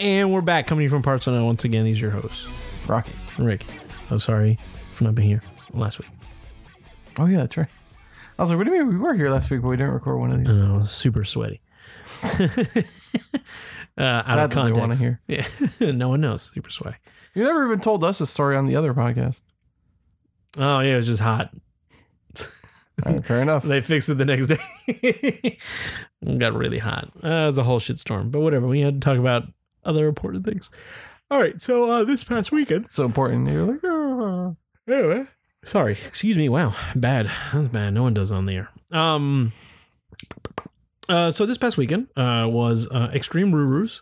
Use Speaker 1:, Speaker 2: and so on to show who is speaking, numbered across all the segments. Speaker 1: And we're back coming to you from Parts Unknown. Once again, these are your hosts,
Speaker 2: Rocky.
Speaker 1: Rick. I'm sorry for not being here last week.
Speaker 2: Oh yeah, that's right. I was like, what do you mean we were here last week, but we didn't record one of these?
Speaker 1: And I was super sweaty. uh, out
Speaker 2: That's
Speaker 1: of
Speaker 2: what
Speaker 1: context.
Speaker 2: they wanna hear.
Speaker 1: Yeah, no one knows. Super sweaty.
Speaker 2: You never even told us a story on the other podcast.
Speaker 1: Oh yeah, it was just hot.
Speaker 2: All right, fair enough.
Speaker 1: They fixed it the next day. It Got really hot. Uh, it was a whole shit storm. But whatever. We had to talk about other important things. All right. So uh, this past weekend.
Speaker 2: It's so important. You're like, "Ah."
Speaker 1: Anyway. Sorry. Excuse me. Wow. Bad. That's bad. No one does on the air. Um. Uh, so this past weekend uh, was uh, Extreme Rurus,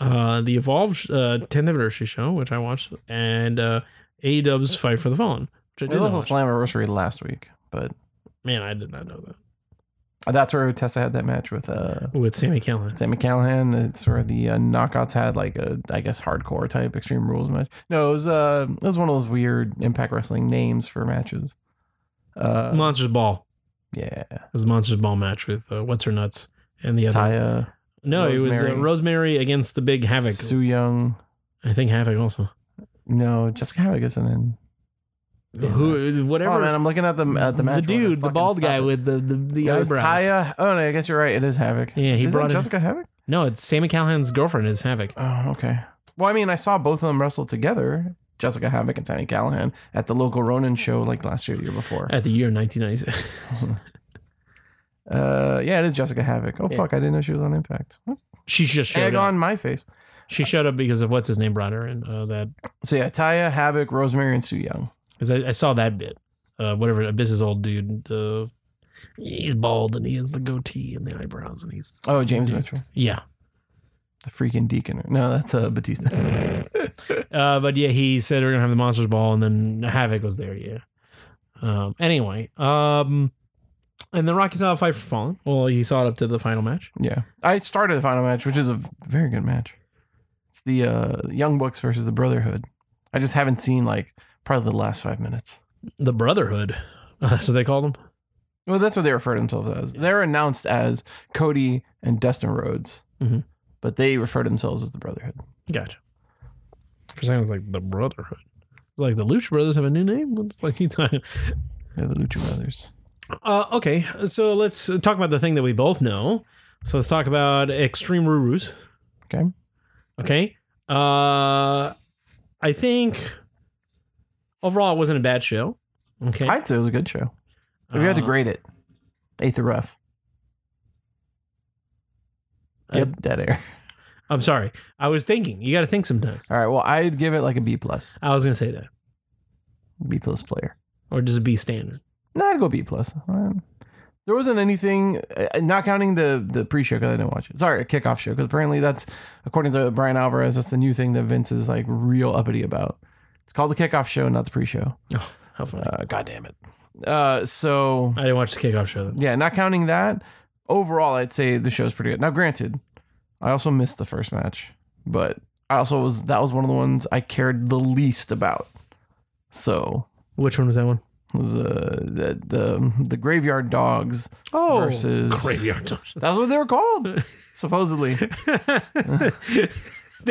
Speaker 1: uh, the Evolve uh, 10th anniversary show, which I watched, and uh, AEW's Fight for the Fallen, which I
Speaker 2: we
Speaker 1: did not
Speaker 2: lost
Speaker 1: watch.
Speaker 2: the Slammiversary last week, but
Speaker 1: Man, I did not know that.
Speaker 2: that's where Tessa had that match with uh,
Speaker 1: With Sammy Callahan.
Speaker 2: Sammy Callahan. It's where the uh, knockouts had like a, I guess, hardcore type Extreme Rules match. No, it was uh, it was one of those weird Impact Wrestling names for matches. Uh,
Speaker 1: Monsters Ball.
Speaker 2: yeah,
Speaker 1: It was a Monsters Ball match with uh, What's Her Nuts and the other.
Speaker 2: Taya,
Speaker 1: no, it was uh,
Speaker 2: Rosemary.
Speaker 1: Rosemary against the big Havoc.
Speaker 2: Sue Young.
Speaker 1: I think Havoc also.
Speaker 2: No, Jessica Havoc isn't in. Yeah.
Speaker 1: Who, whatever.
Speaker 2: Oh man, I'm looking at the at the match. order.
Speaker 1: dude, the
Speaker 2: Fucking
Speaker 1: bald
Speaker 2: stop
Speaker 1: guy
Speaker 2: it.
Speaker 1: with the the, the
Speaker 2: It
Speaker 1: eyebrows.
Speaker 2: was Taya. Oh no, I guess you're right. It is Havoc.
Speaker 1: Yeah, he
Speaker 2: Isn't
Speaker 1: brought
Speaker 2: it
Speaker 1: in-
Speaker 2: Jessica Havoc.
Speaker 1: No, it's Sammy Callahan's girlfriend is Havoc.
Speaker 2: Oh, okay. Well, I mean, I saw both of them wrestle together, Jessica Havoc and Sammy Callahan, at the local Ronin show like last year, the year before.
Speaker 1: At the year 1996.
Speaker 2: Uh, yeah, it is Jessica Havoc. Oh
Speaker 1: Yeah.
Speaker 2: fuck, I didn't know she was on Impact.
Speaker 1: she just showed
Speaker 2: Egg
Speaker 1: up.
Speaker 2: on my face.
Speaker 1: She showed up because of what's his name brought her in. Uh, that
Speaker 2: So yeah, Taya, Havoc, Rosemary, and Sue Young.
Speaker 1: because I, I saw that bit. Uh, whatever a business old dude. Uh, he's bald and he has the goatee and the eyebrows and he's
Speaker 2: Oh, James
Speaker 1: Dude.
Speaker 2: Mitchell,
Speaker 1: yeah.
Speaker 2: the freaking deacon. No, that's uh, Batista.
Speaker 1: Uh, but yeah, he said we're gonna have the monsters ball, and then Havoc was there. Yeah. Um, anyway, um, and then Rocky saw a fight for Fallen. Well, he saw it up to the final match.
Speaker 2: yeah, I started the final match, which is a very good match. It's the uh, Young Bucks versus the Brotherhood. I just haven't seen like probably the last five minutes.
Speaker 1: The Brotherhood, uh, that's what they called them.
Speaker 2: Well, that's what they refer to themselves as. They're announced as Cody and Dustin Rhodes,
Speaker 1: Mhm.
Speaker 2: but they refer to themselves as the Brotherhood.
Speaker 1: Gotcha. For saying it's like the Brotherhood. It's like the Lucha Brothers have a new name. What the fuck are you talking?
Speaker 2: They're the Lucha Brothers.
Speaker 1: Uh, okay, so let's talk about the thing that we both know. So let's talk about Extreme Rurus.
Speaker 2: Okay.
Speaker 1: Okay. Uh, I think overall it wasn't a bad show. Okay.
Speaker 2: I'd say it was a good show. If you had to
Speaker 1: Uh,
Speaker 2: grade it, A through F.
Speaker 1: I-
Speaker 2: Yep, dead air.
Speaker 1: I'm sorry. I was thinking. You got to think sometimes.
Speaker 2: All right. Well, I'd give it like a B plus,
Speaker 1: I was gonna say that,
Speaker 2: B plus player.
Speaker 1: or just a B standard.
Speaker 2: No, I'd go B plus. Um, There wasn't anything, uh, not counting the the pre show because I didn't watch it. Sorry, a kickoff show because apparently that's according to Brian Alvarez, that's the new thing that Vince is like real uppity about. It's called the kickoff show, not the pre show.
Speaker 1: How funny!
Speaker 2: Uh, God damn it. Uh, so
Speaker 1: I didn't watch the kickoff show. Though.
Speaker 2: yeah, not counting that, overall, I'd say the show's pretty good. Now, granted, I also missed the first match, but I also was that was one of the ones I cared the least about. So
Speaker 1: Which one was that one?
Speaker 2: it was uh, the the the graveyard dogs.
Speaker 1: Oh,
Speaker 2: Versus-
Speaker 1: graveyard Dungeon.
Speaker 2: That's what they were called, supposedly.
Speaker 1: There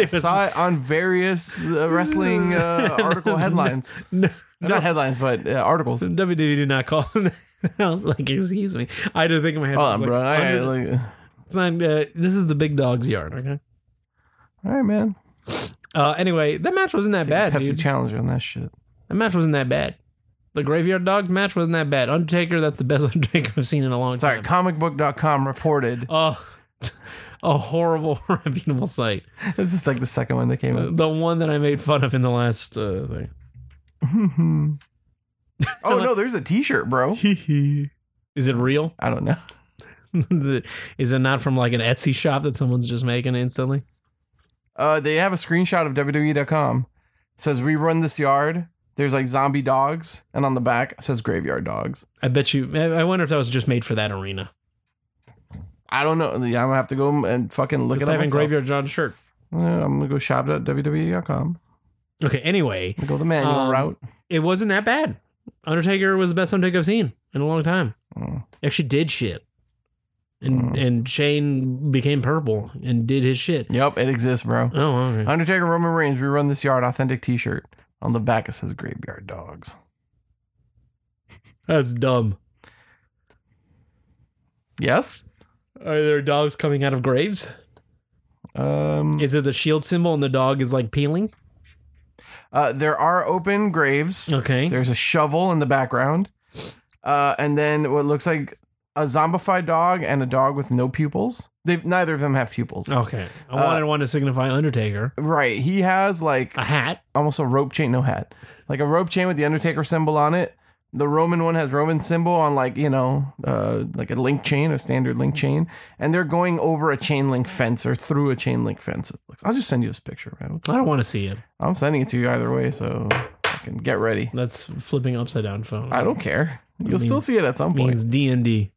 Speaker 2: I
Speaker 1: was
Speaker 2: saw it on various uh, wrestling uh, article headlines.
Speaker 1: no-
Speaker 2: Not headlines, but uh, articles.
Speaker 1: no- WWE did not call. I was like, excuse me. I had to think in my head.
Speaker 2: Hold
Speaker 1: I was
Speaker 2: on,
Speaker 1: like,
Speaker 2: bro. I-
Speaker 1: under-
Speaker 2: like,
Speaker 1: it's not, uh, this is the big dog's yard. Okay.
Speaker 2: all right, man.
Speaker 1: Uh, anyway, that match wasn't that
Speaker 2: Take
Speaker 1: bad,
Speaker 2: the Pepsi
Speaker 1: dude.
Speaker 2: challenge on that shit.
Speaker 1: That match wasn't that bad. The Graveyard Dogs match wasn't that bad. Undertaker, that's the best Undertaker I've seen in a long
Speaker 2: Sorry,
Speaker 1: time.
Speaker 2: comicbook.com reported.
Speaker 1: Oh, a horrible, reputable site.
Speaker 2: This is like the second one that came up.
Speaker 1: The one that I made fun of in the last uh,
Speaker 2: oh no, there's a T-shirt, bro.
Speaker 1: thing. Is it real?
Speaker 2: I don't know.
Speaker 1: is, it, is it not from like an Etsy shop that someone's just making instantly?
Speaker 2: E Uh, they have a screenshot of WWE.com. It says rerun this yard. There's like zombie dogs, and on the back it says graveyard dogs.
Speaker 1: I bet you. I I wonder if that was just made for that arena.
Speaker 2: I don't know. I'm gonna have to go and fucking look
Speaker 1: Just
Speaker 2: at it. up
Speaker 1: having
Speaker 2: myself.
Speaker 1: graveyard John shirt.
Speaker 2: Yeah, I'm gonna go shop at WWE.com.
Speaker 1: Okay. Anyway,
Speaker 2: I'm gonna go the manual
Speaker 1: Um,
Speaker 2: route.
Speaker 1: it wasn't that bad. Undertaker was the best Undertaker I've seen in a long time.
Speaker 2: Mm.
Speaker 1: He actually did shit, and
Speaker 2: Mm.
Speaker 1: and Shane became purple and did his shit.
Speaker 2: Yep, it exists, bro.
Speaker 1: Oh, all right.
Speaker 2: Undertaker Roman Reigns rerun this yard authentic T-shirt. On the back it says graveyard dogs.
Speaker 1: that's dumb.
Speaker 2: Yes.
Speaker 1: Are there dogs coming out of graves?
Speaker 2: Um,
Speaker 1: Is it the shield symbol and the dog is like peeling?
Speaker 2: uh, there are open graves.
Speaker 1: Okay.
Speaker 2: There's a shovel in the background. Uh, and then what looks like a zombified dog and a dog with no pupils. They neither of them have pupils.
Speaker 1: Okay. I
Speaker 2: Uh,
Speaker 1: wanted one to signify Undertaker.
Speaker 2: Right. He has like
Speaker 1: A hat.
Speaker 2: almost a rope chain, no hat. Like a rope chain with the Undertaker symbol on it. The Roman one has Roman symbol on like, you know, uh, like a link chain, a standard
Speaker 1: Mm-hmm.
Speaker 2: link chain. And they're going over a chain link fence or through a chain link fence. It looks- I'll just send you this picture, man. What the
Speaker 1: I don't want to see it.
Speaker 2: I'm sending it to you either way, so fucking get ready.
Speaker 1: That's flipping upside down phone.
Speaker 2: I don't care. You'll
Speaker 1: Means-
Speaker 2: still see it at some point.
Speaker 1: means D and D.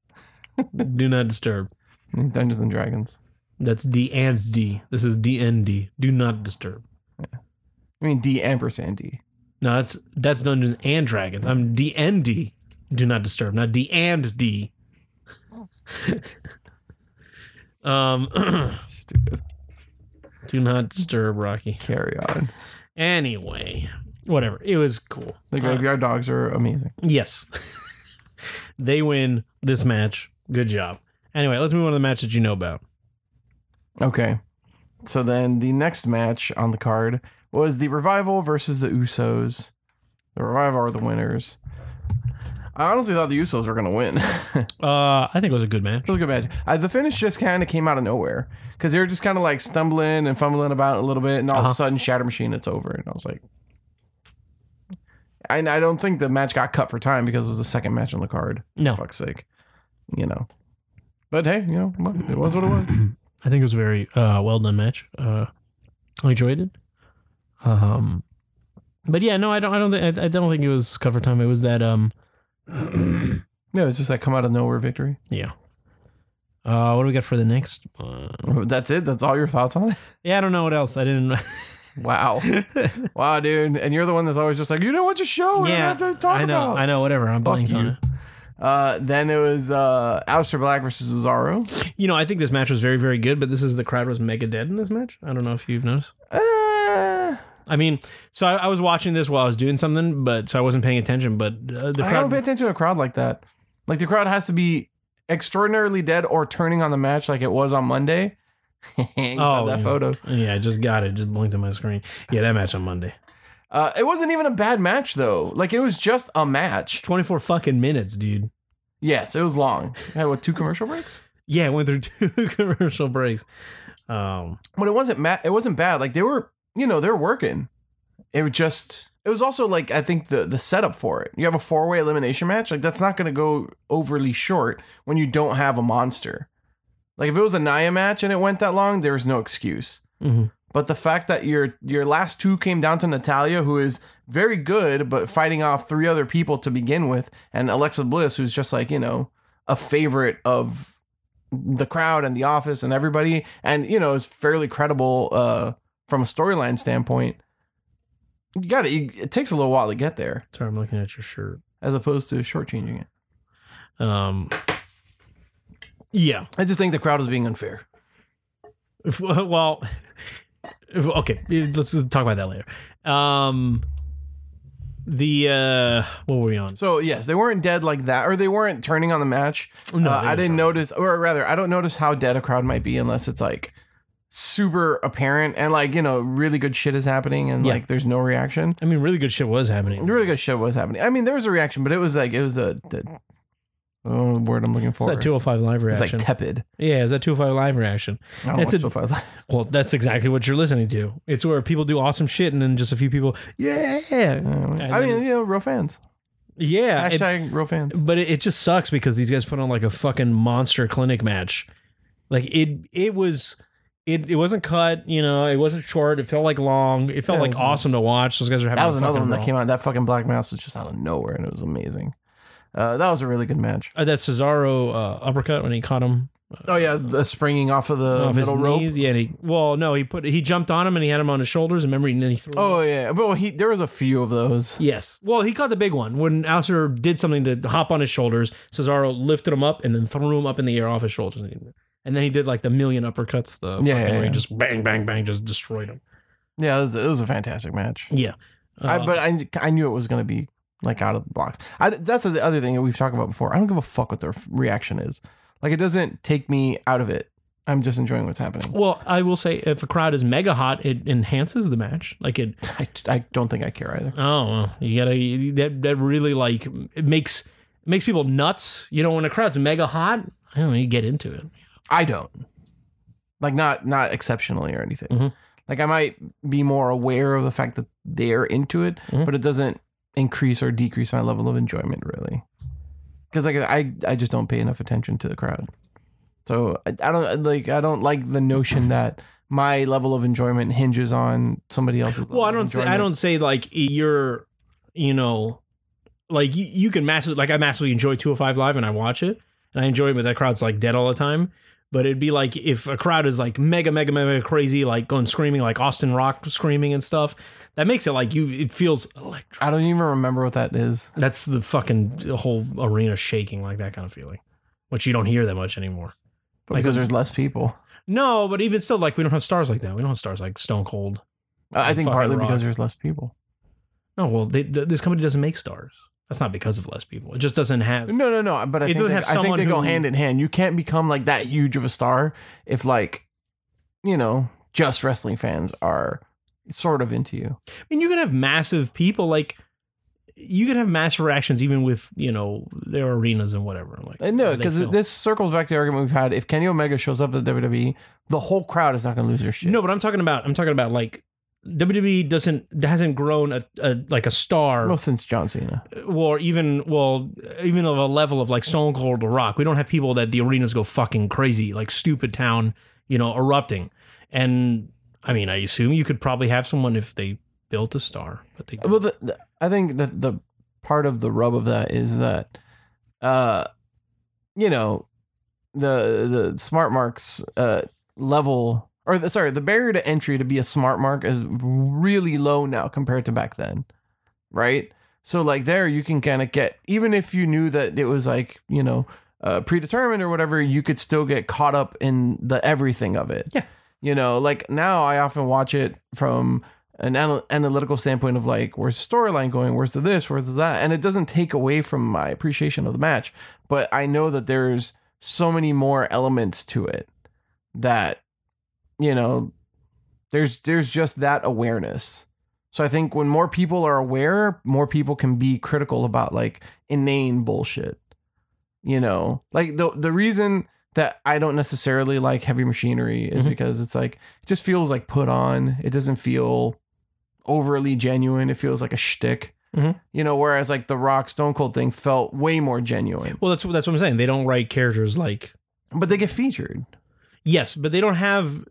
Speaker 1: Do not disturb.
Speaker 2: Dungeons and Dragons.
Speaker 1: That's D and D. This is D and D. Do not disturb.
Speaker 2: I mean D ampersand D.
Speaker 1: No, that's that's Dungeons and Dragons. I'm D and D. Do not disturb. Not D and D. um,
Speaker 2: Stupid.
Speaker 1: do not disturb, Rocky.
Speaker 2: Carry on.
Speaker 1: Anyway, whatever. It was cool.
Speaker 2: The
Speaker 1: Uh,
Speaker 2: graveyard dogs are amazing.
Speaker 1: Yes. they win this match. Good job. Anyway, let's move on to the match that you know about.
Speaker 2: Okay. So then the next match on the card was the Revival versus the Usos. The Revival are the winners. I honestly thought the Usos were going to win. it
Speaker 1: Uh, I think it was a good match.
Speaker 2: was a good match. Uh, the finish just kind of came out of nowhere because they were just kind of like stumbling and fumbling about a little bit, and all of
Speaker 1: Uh-huh.
Speaker 2: a sudden, Shatter Machine, it's over. And I was like, and I don't think the match got cut for time because it was the second match on the card.
Speaker 1: No,
Speaker 2: fuck's sake, you know. But hey, you know, it was what it was.
Speaker 1: I think it was a very uh, well done match. Uh, I enjoyed it. Um, but yeah, no, I don't. I don't. Th- I, I don't think it was cover time. It was that. Um,
Speaker 2: No, it's just that come out of nowhere victory.
Speaker 1: yeah. Uh, what do we got for the next? Uh,
Speaker 2: That's it. That's all your thoughts on it.
Speaker 1: yeah, I don't know what else. I
Speaker 2: Oh,
Speaker 1: didn't.
Speaker 2: Wow, wow, dude. And you're the one that's always just like, you know what, your show. we don't
Speaker 1: yeah,
Speaker 2: have to talk
Speaker 1: I know.
Speaker 2: About.
Speaker 1: I know. Whatever. I'm
Speaker 2: Fuck
Speaker 1: blanked on
Speaker 2: you.
Speaker 1: it.
Speaker 2: Uh, then it was uh, Aleister Black versus Cesaro.
Speaker 1: You know, I think this match was very, very good. But this is the crowd was mega dead in this match. I don't know if you've noticed.
Speaker 2: Uh,
Speaker 1: I mean, so I, I was watching this while I was doing something, but so I wasn't paying attention. But uh, the
Speaker 2: I don't
Speaker 1: crowd,
Speaker 2: pay attention to a crowd like that. Like the crowd has to be extraordinarily dead or turning on the match like it was on Monday. you
Speaker 1: Oh,
Speaker 2: oh, that
Speaker 1: yeah.
Speaker 2: photo.
Speaker 1: yeah, I just got it. Just blinked on my screen. Yeah, that match on Monday.
Speaker 2: Uh, it wasn't even a bad match though. Like it was just a match.
Speaker 1: Twenty four fucking minutes, dude.
Speaker 2: Yes, it was long. I had what two commercial breaks?
Speaker 1: Yeah, it went through two commercial breaks. Um,
Speaker 2: But it wasn't ma- it wasn't bad. Like they were, you know, they're working. It was just it was also like I think the the setup for it. You have a four way elimination match. Like that's not going to go overly short when you don't have a monster. Like if it was a Nia match and it went that long, there was no excuse.
Speaker 1: mhm.
Speaker 2: But the fact that your your last two came down to Natalia, who is very good, but fighting off three other people to begin with, and Alexa Bliss, who's just like you know a favorite of the crowd and the office and everybody, and you know is fairly credible uh, from a storyline standpoint. You got to It takes a little while to get there,
Speaker 1: Sorry, I'm looking at your shirt.
Speaker 2: as opposed to shortchanging it.
Speaker 1: Um, yeah.
Speaker 2: I just think the crowd is being unfair.
Speaker 1: If- Well, if- okay. Let's talk about that later. Um, the uh, what were we on?
Speaker 2: So yes, they weren't dead like that, or they weren't turning on the match.
Speaker 1: No,
Speaker 2: Uh,
Speaker 1: they
Speaker 2: I
Speaker 1: didn't
Speaker 2: didn't
Speaker 1: turn.
Speaker 2: notice, or rather, I don't notice how dead a crowd might be unless it's like super apparent and like you know really good shit is happening and
Speaker 1: Yeah.
Speaker 2: like there's no reaction.
Speaker 1: I mean, really good shit was happening.
Speaker 2: Really good shit was happening. I mean, there was a reaction, but it was like it was a the, oh, the word I'm looking
Speaker 1: It's
Speaker 2: for.
Speaker 1: that 205 live
Speaker 2: It's like
Speaker 1: reaction.
Speaker 2: tepid.
Speaker 1: yeah, is that 205 live reaction?
Speaker 2: I don't
Speaker 1: It's
Speaker 2: watch
Speaker 1: a-
Speaker 2: 205.
Speaker 1: Well, that's exactly what you're listening to. It's where people do awesome shit and then just a few people, yeah,
Speaker 2: I mean,
Speaker 1: then-
Speaker 2: you know, real fans.
Speaker 1: yeah. Uh, it-
Speaker 2: Hashtag real fans.
Speaker 1: but it, it just sucks because these guys put on like a fucking monster clinic match. Like it, it was, It, it wasn't cut, you know. It wasn't short. It felt like long. It felt
Speaker 2: Yeah, it
Speaker 1: like
Speaker 2: was-
Speaker 1: awesome to watch. Those guys are having
Speaker 2: That was
Speaker 1: a
Speaker 2: another
Speaker 1: fucking
Speaker 2: one that
Speaker 1: brawl.
Speaker 2: came out. That fucking Black Mass was just out of nowhere, and it was amazing. Uh, that was a really good match.
Speaker 1: Uh, that Cesaro uh, uppercut when he caught him
Speaker 2: Oh yeah, the springing off of
Speaker 1: off
Speaker 2: the
Speaker 1: Uh, his
Speaker 2: middle rope.
Speaker 1: knees. Yeah, and he, well, no, he put he jumped on him and he had him on his shoulders. Remember, and then he threw. him.
Speaker 2: Oh yeah, well he there was a few of those.
Speaker 1: Yes. Well, he caught the big one when Alcer did something to hop on his shoulders. Cesaro lifted him up and then threw him up in the air off his shoulders. And then he did like the million uppercuts. The
Speaker 2: Yeah,
Speaker 1: fucking
Speaker 2: yeah,
Speaker 1: ring
Speaker 2: yeah.
Speaker 1: just bang, bang, bang, just destroyed him.
Speaker 2: Yeah, it was, it was a fantastic match.
Speaker 1: Yeah.
Speaker 2: I,
Speaker 1: Uh,
Speaker 2: but I I knew it was gonna be like out of the box. I, that's the other thing that we've talked about before. I don't give a fuck what their reaction is. Like it doesn't take me out of it. I'm just enjoying what's happening.
Speaker 1: well, I will say if a crowd is mega hot, it enhances the match. Like it.
Speaker 2: I, I don't think I care either.
Speaker 1: Oh, well, you gotta that that really like it makes it makes people nuts. You know, when a crowd's mega hot, I don't know, you get into it.
Speaker 2: I don't. Like not not exceptionally or anything.
Speaker 1: Mhm.
Speaker 2: Like I might be more aware of the fact that they're into it,
Speaker 1: Mhm.
Speaker 2: but it doesn't increase or decrease my level of enjoyment really. Because like I I just don't pay enough attention to the crowd. So I, I don't like I don't like the notion that my level of enjoyment hinges on somebody else's. level
Speaker 1: Well, I
Speaker 2: of
Speaker 1: don't say I
Speaker 2: enjoyment.
Speaker 1: don't say like you're, you know, like you, you can massively like I massively enjoy 205 live and I watch it and I enjoy it, but that crowd's like dead all the time. But it'd be like if a crowd is like mega, mega, mega crazy, like going screaming, like Austin Rock screaming and stuff. That makes it like you. It feels electric.
Speaker 2: I don't even remember what that is.
Speaker 1: That's the fucking whole arena shaking, like that kind of feeling, which you don't hear that much anymore.
Speaker 2: But
Speaker 1: Like-
Speaker 2: because there's less people.
Speaker 1: No, but even still, like we don't have stars like that. We don't have stars like Stone Cold.
Speaker 2: I I think
Speaker 1: Fucking
Speaker 2: partly
Speaker 1: rock.
Speaker 2: because there's less people.
Speaker 1: No, well, they, th- this company doesn't make stars. That's not because of less people. It just doesn't have.
Speaker 2: No, no, no. But I
Speaker 1: It
Speaker 2: think
Speaker 1: doesn't
Speaker 2: they,
Speaker 1: have
Speaker 2: I think
Speaker 1: someone
Speaker 2: they go
Speaker 1: who-
Speaker 2: hand in hand. You can't become like that huge of a star if like, you know, just wrestling fans are sort of into you.
Speaker 1: I mean, you can have massive people like. You can have mass reactions even with you know their arenas and whatever. Like
Speaker 2: And Uh, no,
Speaker 1: how they
Speaker 2: because
Speaker 1: feel.
Speaker 2: this circles back to the argument we've had. If Kenny Omega shows up at WWE, E, the whole crowd is not going to lose their shit.
Speaker 1: no, but I'm talking about I'm talking about like WWE doesn't hasn't grown a, a like a star
Speaker 2: well, since John Cena,
Speaker 1: or even well even of a level of like Stone Cold or Rock. We don't have people that the arenas go fucking crazy like stupid town, you know, erupting. And I mean, I assume you could probably have someone if they built a star, but they
Speaker 2: well, the, the, I think that the part of the rub of that is that, uh, you know, the the smart marks uh level or the, sorry the barrier to entry to be a smart mark is really low now compared to back then right so like there you can kind of get even if you knew that it was like you know uh, predetermined or whatever you could still get caught up in the everything of it
Speaker 1: Yeah.
Speaker 2: you know like now i often watch it from an anal- analytical standpoint of like where's the storyline going where's the this where's the that and it doesn't take away from my appreciation of the match but i know that there's so many more elements to it that you know there's there's just that awareness so i think when more people are aware more people can be critical about like inane bullshit you know like the the reason that i don't necessarily like heavy machinery is
Speaker 1: Mhm.
Speaker 2: because it's like it just feels like put on it doesn't feel overly genuine it feels like a shtick
Speaker 1: Mhm.
Speaker 2: you know whereas like the rock stone cold thing felt way more genuine
Speaker 1: Well, that's that's what I'm saying. They don't write characters like
Speaker 2: but they get featured
Speaker 1: yes, but they don't have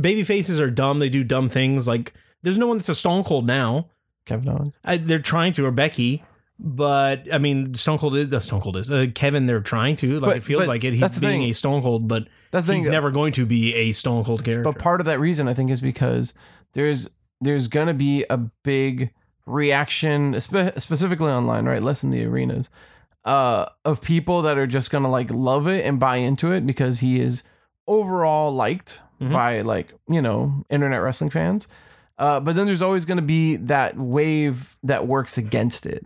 Speaker 1: baby faces are dumb. They do dumb things. Like there's no one that's a Stone Cold now.
Speaker 2: kevin owens
Speaker 1: I, they're trying to or Becky, but I mean Stone Cold is uh, Stone Cold is uh, Kevin. They're trying to like
Speaker 2: But-
Speaker 1: it feels
Speaker 2: but
Speaker 1: like it.
Speaker 2: that's
Speaker 1: He's
Speaker 2: the
Speaker 1: being
Speaker 2: thing.
Speaker 1: a Stone Cold, but
Speaker 2: that's the
Speaker 1: he's
Speaker 2: thing uh,
Speaker 1: never going to be a Stone Cold character.
Speaker 2: But part of that reason I think is because there's there's gonna be a big reaction, spe- specifically online, right? Less in the arenas, uh, of people that are just gonna like love it and buy into it because he is overall liked
Speaker 1: Mhm.
Speaker 2: by like you know internet wrestling fans. Uh, but then there's always gonna be that wave that works against it.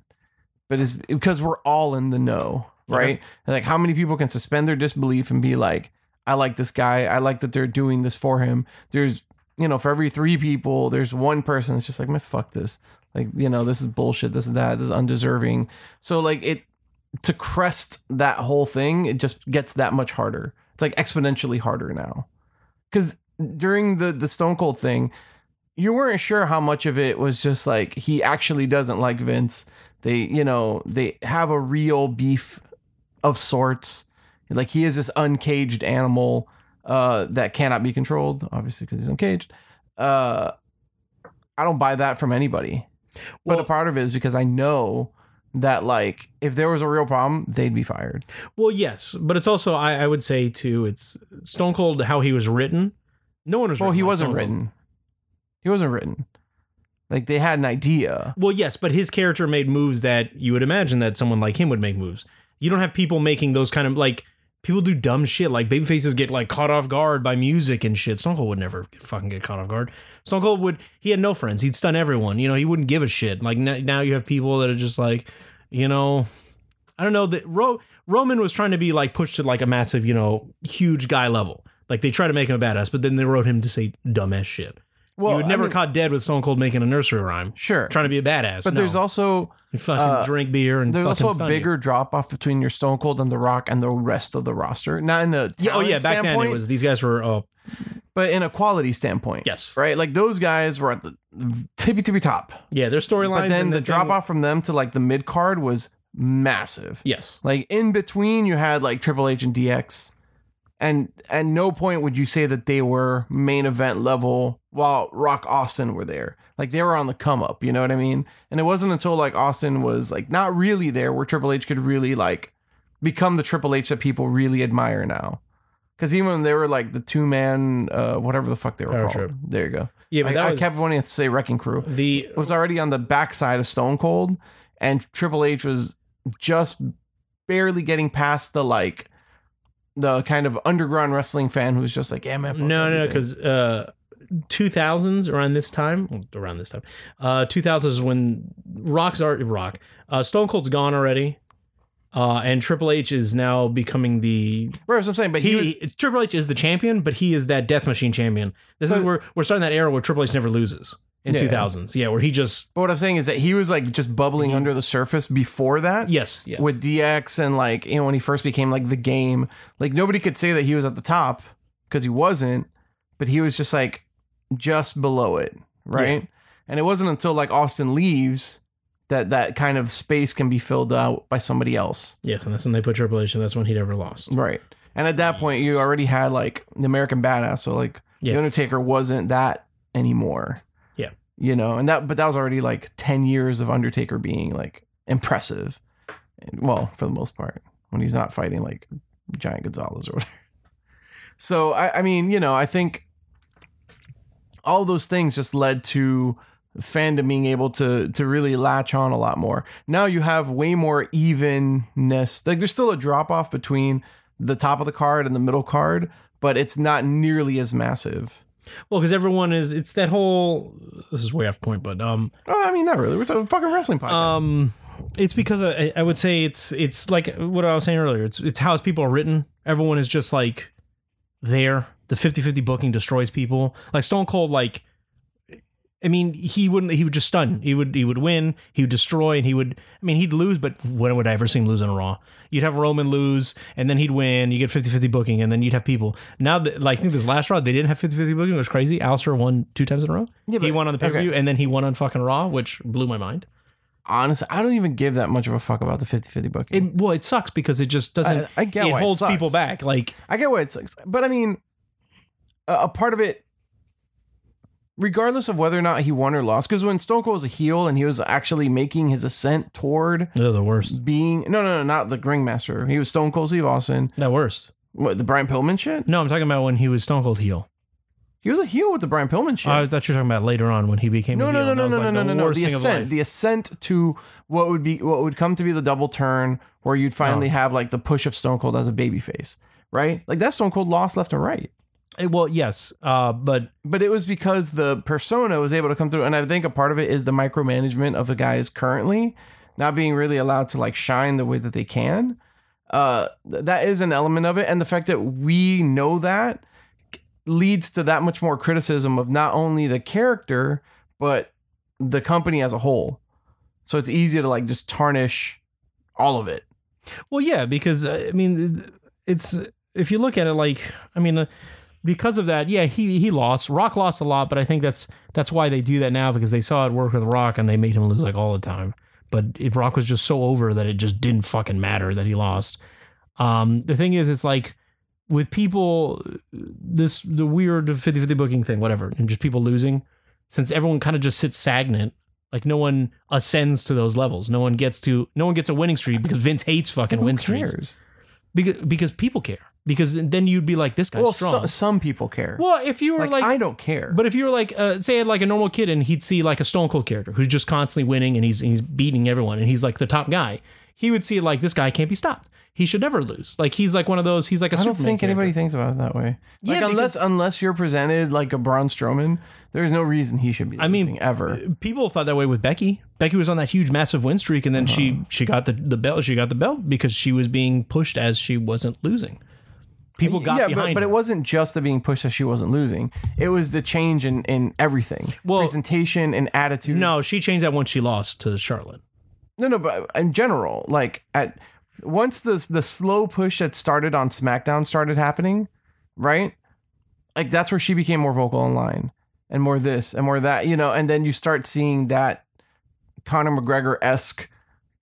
Speaker 2: But it's because we're all in the know, right? And, Like how many people can suspend their disbelief and be like, I like this guy. I like that they're doing this for him. There's, you know, for every three people, there's one person that's just like, man, fuck this. Like, you know, this is bullshit. This is that. This is undeserving. So, like, it to crest that whole thing, it just gets that much harder. It's like exponentially harder now. Because during the the Stone Cold thing, you weren't sure how much of it was just like he actually doesn't like Vince. They, you know, they have a real beef of sorts. Like he is this uncaged animal. uh, that cannot be controlled, obviously because he's uncaged. Uh, I don't buy that from anybody.
Speaker 1: Well-
Speaker 2: but a part of it is because I know that like if there was a real problem, they'd be fired.
Speaker 1: Well, yes, but it's also I, I would say too. It's Stone Cold how he was written. No one was.
Speaker 2: Well,
Speaker 1: written
Speaker 2: he
Speaker 1: like
Speaker 2: wasn't
Speaker 1: Stone Cold.
Speaker 2: written. He wasn't written. Like they had an idea.
Speaker 1: Well, yes, but his character made moves that you would imagine that someone like him would make moves. You don't have people making those kind of like people do dumb shit. Like babyfaces get like caught off guard by music and shit. Stone Cold would never fucking get caught off guard. Stone Cold would he had no friends. He'd stun everyone. You know, he wouldn't give a shit. Like n- now you have people that are just like, you know, I don't know that Ro- Roman was trying to be like pushed to like a massive, you know, huge guy level. Like they try to make him a badass, but then they wrote him to say dumbass shit.
Speaker 2: Well,
Speaker 1: you would
Speaker 2: I
Speaker 1: never
Speaker 2: mean,
Speaker 1: caught dead with Stone Cold making a nursery rhyme
Speaker 2: sure,
Speaker 1: trying to be a badass.
Speaker 2: but
Speaker 1: no.
Speaker 2: there's also
Speaker 1: You fucking
Speaker 2: uh,
Speaker 1: drink beer and
Speaker 2: there's
Speaker 1: fucking
Speaker 2: also a
Speaker 1: stun
Speaker 2: bigger drop off between your Stone Cold and The Rock and the rest of the roster. Not in a
Speaker 1: you. Yeah, oh yeah,
Speaker 2: talent
Speaker 1: back then it
Speaker 2: standpoint,
Speaker 1: was these guys were oh
Speaker 2: but in a quality standpoint.
Speaker 1: yes
Speaker 2: right? Like those guys were at the tippy tippy top.
Speaker 1: yeah their storylines.
Speaker 2: But then
Speaker 1: and
Speaker 2: the
Speaker 1: thing-
Speaker 2: drop off from them to like the mid card was massive.
Speaker 1: Yes,
Speaker 2: Like in between, you had like Triple H and DX, and at no point would you say that they were main event level while Rock Austin were there. Like they were on the come up, you know what I mean? And it wasn't until like Austin was like not really there where Triple H could really like become the Triple H that people really admire now. Because even when they were like the two man, uh, whatever the fuck they were
Speaker 1: Power
Speaker 2: called,
Speaker 1: trip.
Speaker 2: there you go.
Speaker 1: yeah, but
Speaker 2: I,
Speaker 1: that
Speaker 2: I
Speaker 1: was
Speaker 2: kept wanting to say Wrecking Crew.
Speaker 1: the
Speaker 2: It was already on the backside of Stone Cold, and Triple H was just barely getting past the like the kind of underground wrestling fan who's just like, yeah, man. fuck
Speaker 1: no no
Speaker 2: everything."
Speaker 1: because uh. 2000s around this time well, around this time uh 2000s is when rock's art rock uh stone cold's gone already uh and triple h is now becoming the
Speaker 2: Right, that's what I'm saying. But he,
Speaker 1: he,
Speaker 2: was,
Speaker 1: triple h is the champion but he is that death machine champion this is
Speaker 2: But-
Speaker 1: where we're starting that era where triple h never loses in
Speaker 2: Yeah.
Speaker 1: 2000s yeah where he just
Speaker 2: but what I'm saying is that he was like just bubbling under the surface before that.
Speaker 1: yes yes
Speaker 2: With DX and like you know when he first became like the game, like nobody could say that he was at the top because he wasn't, but he was just like just below it, right? And it wasn't until like Austin leaves that that kind of space can be filled out by somebody else,
Speaker 1: Yes, and that's when they put Triple H, and that's when he'd ever lost.
Speaker 2: right? And at that point, you already had like the American Badass, so like the
Speaker 1: Yes.
Speaker 2: Undertaker wasn't that anymore.
Speaker 1: Yeah.
Speaker 2: You know, and that but that was already like 10 years of Undertaker being like impressive. And- Well, for the most part, when he's not fighting like Giant Gonzalez or whatever. So I, I mean, you know, I think all those things just led to fandom being able to to really latch on a lot more. Now you have way more evenness. Like there's still a drop off between the top of the card and the middle card, but it's not nearly as massive.
Speaker 1: Well, because everyone is, it's that whole. This is way off point, but um,
Speaker 2: Oh, I mean, not really. We're talking fucking wrestling podcast.
Speaker 1: um, it's because I, I would say it's it's like what I was saying earlier. It's it's how people are written. Everyone is just like there. The 50-50 booking destroys people. Like Stone Cold, like I mean, he wouldn't. He would just stun. He would. He would win. He would destroy, and he would. I mean, he'd lose, but when would I ever see him lose in a Raw? You'd have Roman lose, and then he'd win. You get 50-50 booking, and then you'd have people. Now, that, like I think this last Raw, they didn't have 50-50 booking. It was crazy. Alistair won two times in a row.
Speaker 2: Yeah,
Speaker 1: he
Speaker 2: but-
Speaker 1: won on the pay per view, and then he won on fucking Raw, which blew my mind.
Speaker 2: Honestly, I don't even give that much of a fuck about the 50-50 booking.
Speaker 1: It, well, it sucks because it just doesn't.
Speaker 2: I, I get
Speaker 1: it
Speaker 2: why
Speaker 1: holds
Speaker 2: sucks.
Speaker 1: people back. Like
Speaker 2: I get why it sucks, but I mean, a, a part of it, regardless of whether or not he won or lost, because when Stone Cold was a heel and he was actually making his ascent toward
Speaker 1: they're the worst.
Speaker 2: being no, no, no, not the ringmaster. He was Stone Cold Steve Austin.
Speaker 1: The worst.
Speaker 2: What the Brian Pillman shit?
Speaker 1: No, I'm talking about when he was Stone Cold heel.
Speaker 2: He was a heel with the Brian Pillman shit.
Speaker 1: I thought you were talking about later on when he became.
Speaker 2: no,
Speaker 1: a
Speaker 2: no,
Speaker 1: heel,
Speaker 2: no,
Speaker 1: and that
Speaker 2: no,
Speaker 1: was,
Speaker 2: no,
Speaker 1: like,
Speaker 2: no,
Speaker 1: the
Speaker 2: no, no,
Speaker 1: worst
Speaker 2: the
Speaker 1: thing of life.
Speaker 2: ascent, the ascent to what would be what would come to be the double turn, where you'd finally have like the push of Stone Cold as a babyface, right? Like that Stone Cold lost left and right,
Speaker 1: Eh, Well, yes, uh, but
Speaker 2: but it was because the persona was able to come through, and I think a part of it is the micromanagement of the guys currently not being really allowed to like shine the way that they can. Uh, th- that is an element of it, and the fact that we know that leads to that much more criticism of not only the character but the company as a whole. So it's easy to like just tarnish all of it.
Speaker 1: well, yeah, because uh, I mean, it's if you look at it, like I mean, uh, because of that, yeah, he he lost. Rock lost a lot, but I think that's that's why they do that now because they saw it work with Rock and they made him lose like all the time. But if Rock was just so over that it just didn't fucking matter that he lost. Um, the thing is, it's like with people this the weird 50-50 booking thing, whatever, and just people losing, since everyone kind of just sits stagnant, like no one ascends to those levels. No one gets to no one gets a winning streak because Vince hates fucking
Speaker 2: Who
Speaker 1: win streaks.
Speaker 2: cares?
Speaker 1: Because because people care. Because then you'd be like, this guy's
Speaker 2: Well,
Speaker 1: strong.
Speaker 2: so, some people care.
Speaker 1: well, if you were
Speaker 2: like,
Speaker 1: like
Speaker 2: I don't care.
Speaker 1: But if you were like, uh, say, like a normal kid, and he'd see like a Stone Cold character who's just constantly winning and he's he's beating everyone, and he's like the top guy, he would see like this guy can't be stopped. He should never lose. Like he's like one of those. He's like a
Speaker 2: I don't
Speaker 1: Superman
Speaker 2: think
Speaker 1: character.
Speaker 2: anybody thinks about it that way.
Speaker 1: Yeah,
Speaker 2: Like, unless unless you're presented like a Braun Strowman, there's no reason he should be.
Speaker 1: I mean, uh,
Speaker 2: losing, ever.
Speaker 1: People thought that way with Becky. Becky was on that huge, massive win streak, and then
Speaker 2: Uh-huh.
Speaker 1: she she got the the belt. She got the belt because she was being pushed as she wasn't losing. People got
Speaker 2: Uh, yeah,
Speaker 1: behind.
Speaker 2: but, but
Speaker 1: her.
Speaker 2: it wasn't just the being pushed that she wasn't losing. It was the change in in everything,
Speaker 1: Well-
Speaker 2: presentation and attitude.
Speaker 1: no, she changed that once she lost to Charlotte.
Speaker 2: no, no. But in general, like at once the the slow push that started on SmackDown started happening, right? Like that's where she became more vocal online and more this and more that, you know. And then you start seeing that Conor McGregor esque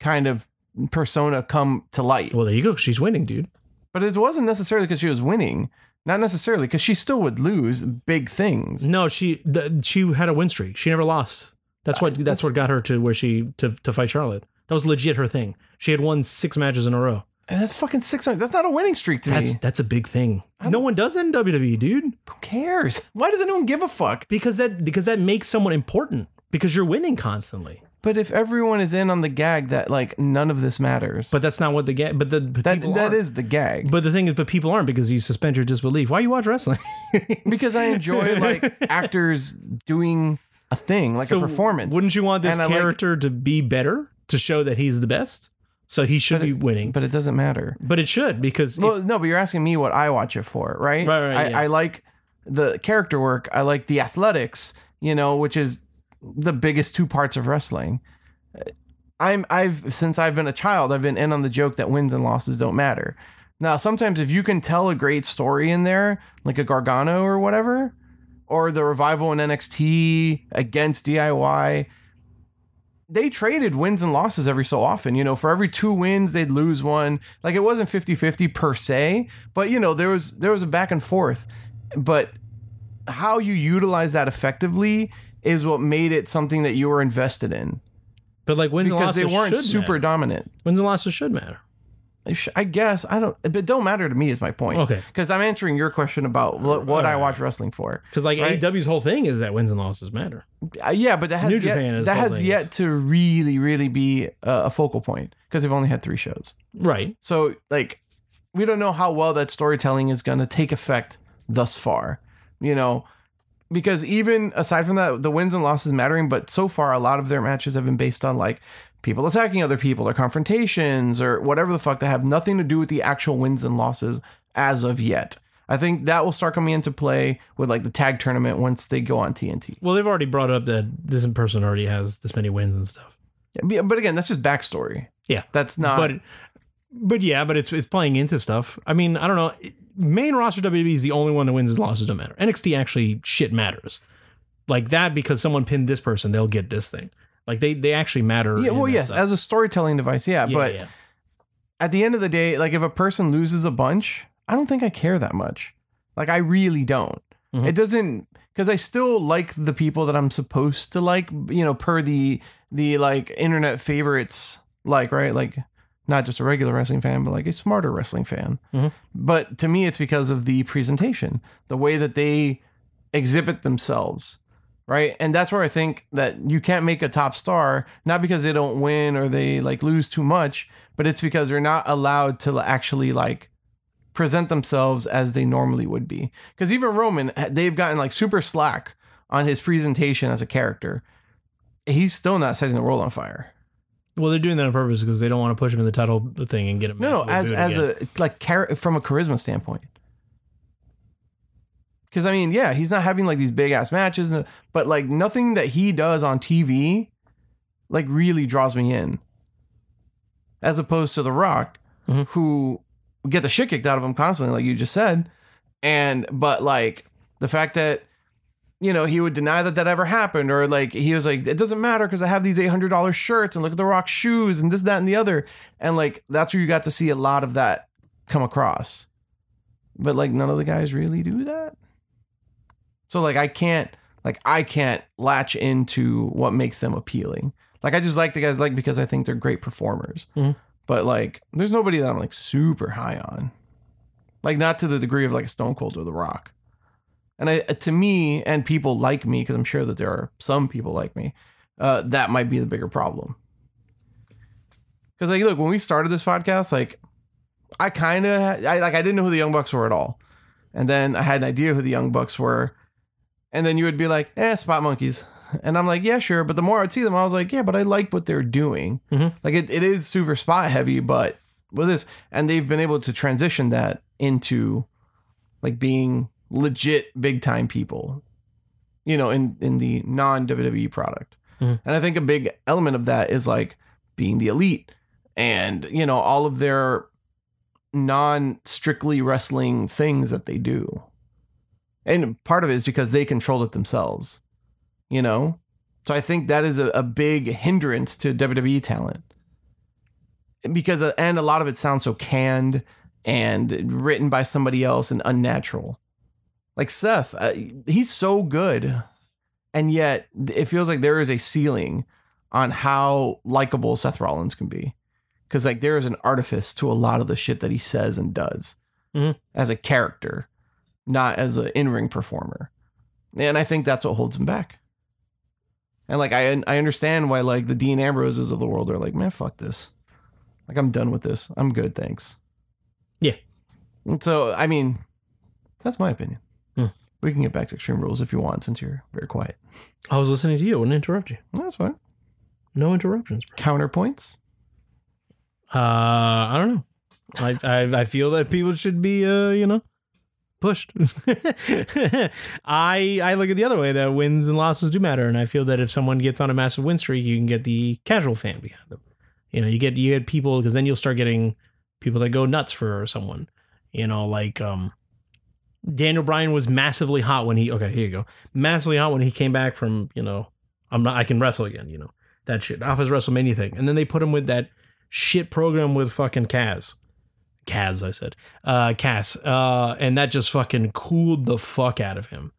Speaker 2: kind of persona come to light.
Speaker 1: Well, there you go. She's winning, dude.
Speaker 2: But it wasn't necessarily because she was winning. Not necessarily, because she still would lose big things.
Speaker 1: No, she the, she had a win streak. She never lost. That's
Speaker 2: Uh,
Speaker 1: what that's, what got her to where she to to fight Charlotte. That was legit her thing. She had won six matches in a row.
Speaker 2: And that's fucking six hundred. That's not a winning streak to
Speaker 1: That's
Speaker 2: me.
Speaker 1: that's a big thing. No one does that in WWE, dude,
Speaker 2: Who cares? Why does anyone give a fuck?
Speaker 1: because that because that makes someone important because you're winning constantly.
Speaker 2: But if everyone is in on the gag that like none of this matters,
Speaker 1: But that's not what the get. But the but
Speaker 2: that
Speaker 1: people
Speaker 2: that
Speaker 1: aren't.
Speaker 2: is the gag.
Speaker 1: But the thing is, but people aren't because you suspend your disbelief. Why you watch wrestling?
Speaker 2: because I enjoy like actors doing a thing, like a performance.
Speaker 1: Wouldn't you want this
Speaker 2: And I like-
Speaker 1: character to be better to show that he's the best? So he should
Speaker 2: But
Speaker 1: be
Speaker 2: it-
Speaker 1: winning. But,
Speaker 2: But it doesn't matter.
Speaker 1: it should because if-
Speaker 2: Well, no, but you're asking me what I watch it for, right?
Speaker 1: Right, right,
Speaker 2: I,
Speaker 1: yeah.
Speaker 2: I like the character work. I like the athletics, you know, which is the biggest two parts of wrestling. I'm I've since I've been a child, I've been in on the joke that wins and losses don't matter. Now, sometimes if you can tell a great story in there, like a Gargano or whatever, or the revival in NXT against DIY, they traded wins and losses every so often. You know, for every two wins, they'd lose one. Like it wasn't 50-50 per se, but you know, there was there was a back and forth. But how you utilize that effectively is what made it something that you were invested in
Speaker 1: but like wins and
Speaker 2: because they
Speaker 1: losses
Speaker 2: weren't
Speaker 1: should
Speaker 2: super
Speaker 1: matter.
Speaker 2: dominant.
Speaker 1: Wins and losses should matter.
Speaker 2: They sh- I guess I don't, but don't matter to me is my point.
Speaker 1: Okay.
Speaker 2: because I'm answering your question about what, what I watch wrestling for.
Speaker 1: Because like
Speaker 2: Right.
Speaker 1: AEW's whole thing is that wins and losses matter.
Speaker 2: Uh, yeah, but that has
Speaker 1: New
Speaker 2: yet,
Speaker 1: Japan is
Speaker 2: that
Speaker 1: the
Speaker 2: has
Speaker 1: thing.
Speaker 2: yet to really, really be a, a focal point because they've only had three shows.
Speaker 1: Right.
Speaker 2: So like, we don't know how well that storytelling is going to take effect thus far. You know, because even aside from that, the wins and losses mattering, but so far a lot of their matches have been based on like people attacking other people or confrontations or whatever the fuck that have nothing to do with the actual wins and losses as of yet. I think that will start coming into play with like the tag tournament once they go on TNT.
Speaker 1: Well, they've already brought up that this person already has this many wins and stuff.
Speaker 2: Yeah, but again, that's just backstory.
Speaker 1: Yeah.
Speaker 2: That's not
Speaker 1: but but yeah, but it's it's playing into stuff. I mean, I don't know. It- Main roster WWE is the only one that wins and losses don't matter. NXT actually shit matters. Like that because someone pinned this person, they'll get this thing. Like they they actually matter.
Speaker 2: Yeah,
Speaker 1: in
Speaker 2: well,
Speaker 1: that
Speaker 2: yes,
Speaker 1: stuff.
Speaker 2: as a storytelling device, yeah,
Speaker 1: Yeah,
Speaker 2: but
Speaker 1: yeah.
Speaker 2: at the end of the day, like if a person loses a bunch, I don't think I care that much. Like I really don't.
Speaker 1: Mhm.
Speaker 2: It doesn't because I still like the people that I'm supposed to like, you know, per the the like internet favorites, like right, like not just a regular wrestling fan, but like a smarter wrestling fan.
Speaker 1: Mhm.
Speaker 2: But to me, it's because of the presentation, the way that they exhibit themselves. Right. And that's where I think that you can't make a top star, not because they don't win or they like lose too much, but it's because they're not allowed to actually like present themselves as they normally would be. Because even Roman, eh, they've gotten like super slack on his presentation as a character. He's still not setting the world on fire.
Speaker 1: well, they're doing that on purpose because they don't want to push him in the title thing and get him.
Speaker 2: No, no, as as a like char- from a charisma standpoint. Because I mean, yeah, he's not having like these big ass matches, and- but like nothing that he does on TV, like really draws me in. As opposed to The Rock,
Speaker 1: Mhm.
Speaker 2: who get the shit kicked out of him constantly, like you just said, and but like the fact that you know, he would deny that that ever happened, or like he was like, it doesn't matter because I have these eight hundred dollars shirts and look at the rock shoes and this, that, and the other, and like that's where you got to see a lot of that come across. but like none of the guys really do that. So like I can't like I can't latch into what makes them appealing. Like I just like the guys like because I think they're great performers.
Speaker 1: Mhm.
Speaker 2: But like there's nobody that I'm like super high on. Like not to the degree of like a Stone Cold or The Rock. And I to me and people like me because I'm sure that there are some people like me. Uh, that might be the bigger problem. Because like look when we started this podcast like I kind of I like I didn't know who the Young Bucks were at all, and then I had an idea who the Young Bucks were, and then you would be like, "Eh, Spot Monkeys," and I'm like, "Yeah, sure," but the more I'd see them, I was like, "Yeah, but I like what they're doing.
Speaker 1: Mhm.
Speaker 2: Like it, it is super spot heavy, but with this, and they've been able to transition that into like being legit big time people, you know, in in the non WWE product,
Speaker 1: Mhm.
Speaker 2: and I think a big element of that is like being the elite. And you know all of their non strictly wrestling things that they do. And part of it is because they controlled it themselves, you know? So I think that is a, a big hindrance to WWE talent. Because, uh, and a lot of it sounds so canned and written by somebody else and unnatural. Like Seth, uh, he's so good. And yet it feels like there is a ceiling on how likable Seth Rollins can be because like there is an artifice to a lot of the shit that he says and does
Speaker 1: Mhm.
Speaker 2: as a character, not as an in-ring performer. And I think that's what holds him back. And like I I understand why like the Dean Ambroses of the world are like, man, fuck this. Like I'm done with this. I'm good, thanks.
Speaker 1: Yeah.
Speaker 2: And so I mean, that's my opinion.
Speaker 1: Hmm.
Speaker 2: We can get back to extreme rules if you want, since you're very quiet.
Speaker 1: I was listening to you. I wouldn't interrupt you.
Speaker 2: That's fine.
Speaker 1: No interruptions, bro.
Speaker 2: Counterpoints.
Speaker 1: Uh, I don't know. I, I I feel that people should be uh you know pushed. I I look at the other way that wins and losses do matter, and I feel that if someone gets on a massive win streak, you can get the casual fan behind them. You know, you get you get people because then you'll start getting people that go nuts for someone. You know, like um. Daniel Bryan was massively hot when he okay here you go massively hot when he came back from you know I'm not I can wrestle again you know that shit off his WrestleMania thing and then they put him with that shit program with fucking Kaz. Kaz, I said. Uh Cass. Uh and that just fucking cooled the fuck out of him.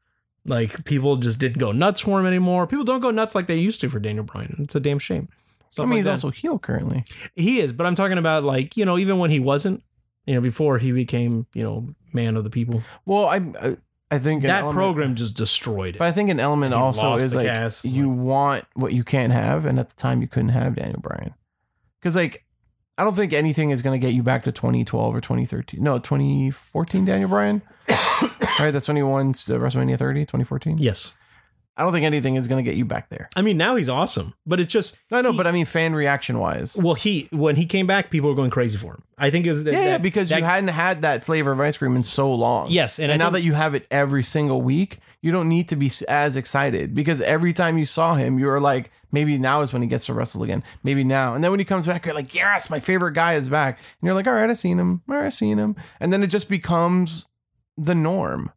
Speaker 1: Like people just didn't go nuts for him anymore. People don't go nuts like they used to for Daniel Bryan. It's a damn shame.
Speaker 2: I
Speaker 1: Stuff
Speaker 2: mean,
Speaker 1: like
Speaker 2: he's
Speaker 1: that.
Speaker 2: also heel currently.
Speaker 1: He is, but I'm talking about like, you know, even when he wasn't, you know, before he became, you know, man of the people.
Speaker 2: Well, I I, I think an
Speaker 1: uh, that
Speaker 2: element-
Speaker 1: program just destroyed it.
Speaker 2: But I think an element
Speaker 1: He
Speaker 2: also
Speaker 1: lost
Speaker 2: is
Speaker 1: the
Speaker 2: like
Speaker 1: gas.
Speaker 2: you want what you can't have, and at the time you couldn't have Daniel Bryan, because like I don't think anything is going to get you back to 2012 or 2013. No, 2014 Daniel Bryan. right, that's when he won uh, WrestleMania 30, 2014.
Speaker 1: yes.
Speaker 2: I don't think anything is going to get you back there.
Speaker 1: I mean, now he's awesome, but it's just
Speaker 2: No, no,
Speaker 1: He-
Speaker 2: but I mean fan reaction wise.
Speaker 1: well, he when he came back, people were going crazy for him. I think it was that,
Speaker 2: Yeah, yeah,
Speaker 1: that-
Speaker 2: because
Speaker 1: that-
Speaker 2: you hadn't had that flavor of ice cream in so long.
Speaker 1: yes, and,
Speaker 2: and,
Speaker 1: I
Speaker 2: now
Speaker 1: think-
Speaker 2: that you have it every single week, you don't need to be s- as excited because every time you saw him, you were like, maybe now is when he gets to wrestle again. Maybe now. And then when he comes back, you're like, yes, my favorite guy is back. And you're like, all right, I've seen him. All right, I've seen him. And then it just becomes the norm.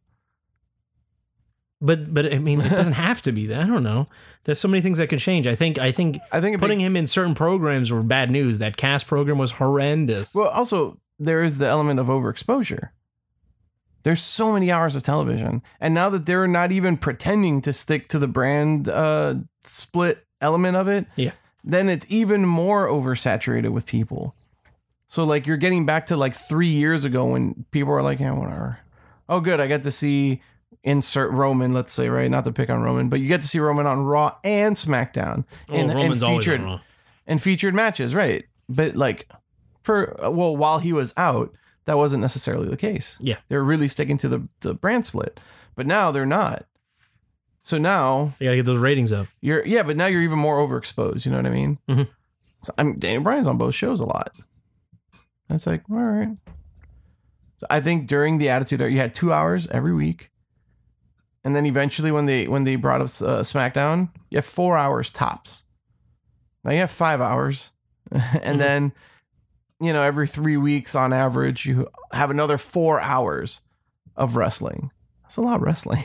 Speaker 1: But but I mean, it doesn't have to be that. I don't know. There's so many things that can change. I think I think
Speaker 2: I think it
Speaker 1: putting him in certain programs were bad news. That cast program was horrendous.
Speaker 2: Well, also there is the element of overexposure. There's so many hours of television, and now that they're not even pretending to stick to the brand uh, split element of it,
Speaker 1: Yeah.
Speaker 2: then it's even more oversaturated with people. So like you're getting back to like three years ago when people were like, "Yeah, whatever." Oh, good, I got to see insert Roman, let's say, right? Not to pick on Roman, but you get to see Roman on Raw and SmackDown,
Speaker 1: Oh, Roman's always
Speaker 2: featured
Speaker 1: wrong.
Speaker 2: and featured matches, right? But like for uh, well, while he was out, that wasn't necessarily the case.
Speaker 1: Yeah.
Speaker 2: They're really sticking to the, the brand split. But now they're not. So now
Speaker 1: They gotta get those ratings up.
Speaker 2: you're yeah, but now you're even more overexposed, you know what I mean?
Speaker 1: Mhm.
Speaker 2: So, I mean Daniel Bryan's on both shows a lot. That's like, all right. So I think during the attitude era, you had two hours every week. And then eventually when they when they brought up uh, SmackDown, you have four hours tops. Now you have five hours, and
Speaker 1: Mhm.
Speaker 2: then you know every three weeks on average you have another four hours of wrestling. That's a lot of wrestling.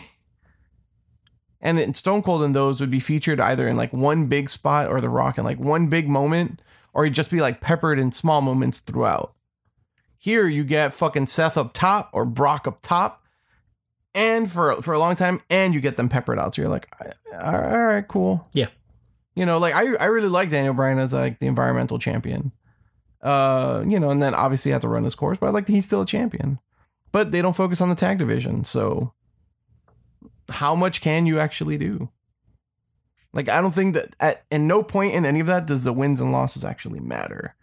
Speaker 2: And in Stone Cold and those would be featured either in like one big spot or The Rock in like one big moment, or he'd just be like peppered in small moments throughout. Here you get fucking Seth up top or Brock up top, and for for a long time, and you get them peppered out. So you're like, all right, all right cool.
Speaker 1: Yeah.
Speaker 2: You know, like I I really like Daniel Bryan as like the environmental champion. Uh, you know, and then obviously had to run his course, but I like that he's still a champion. But they don't focus on the tag division, so how much can you actually do? Like I don't think that at and no point in any of that does the wins and losses actually matter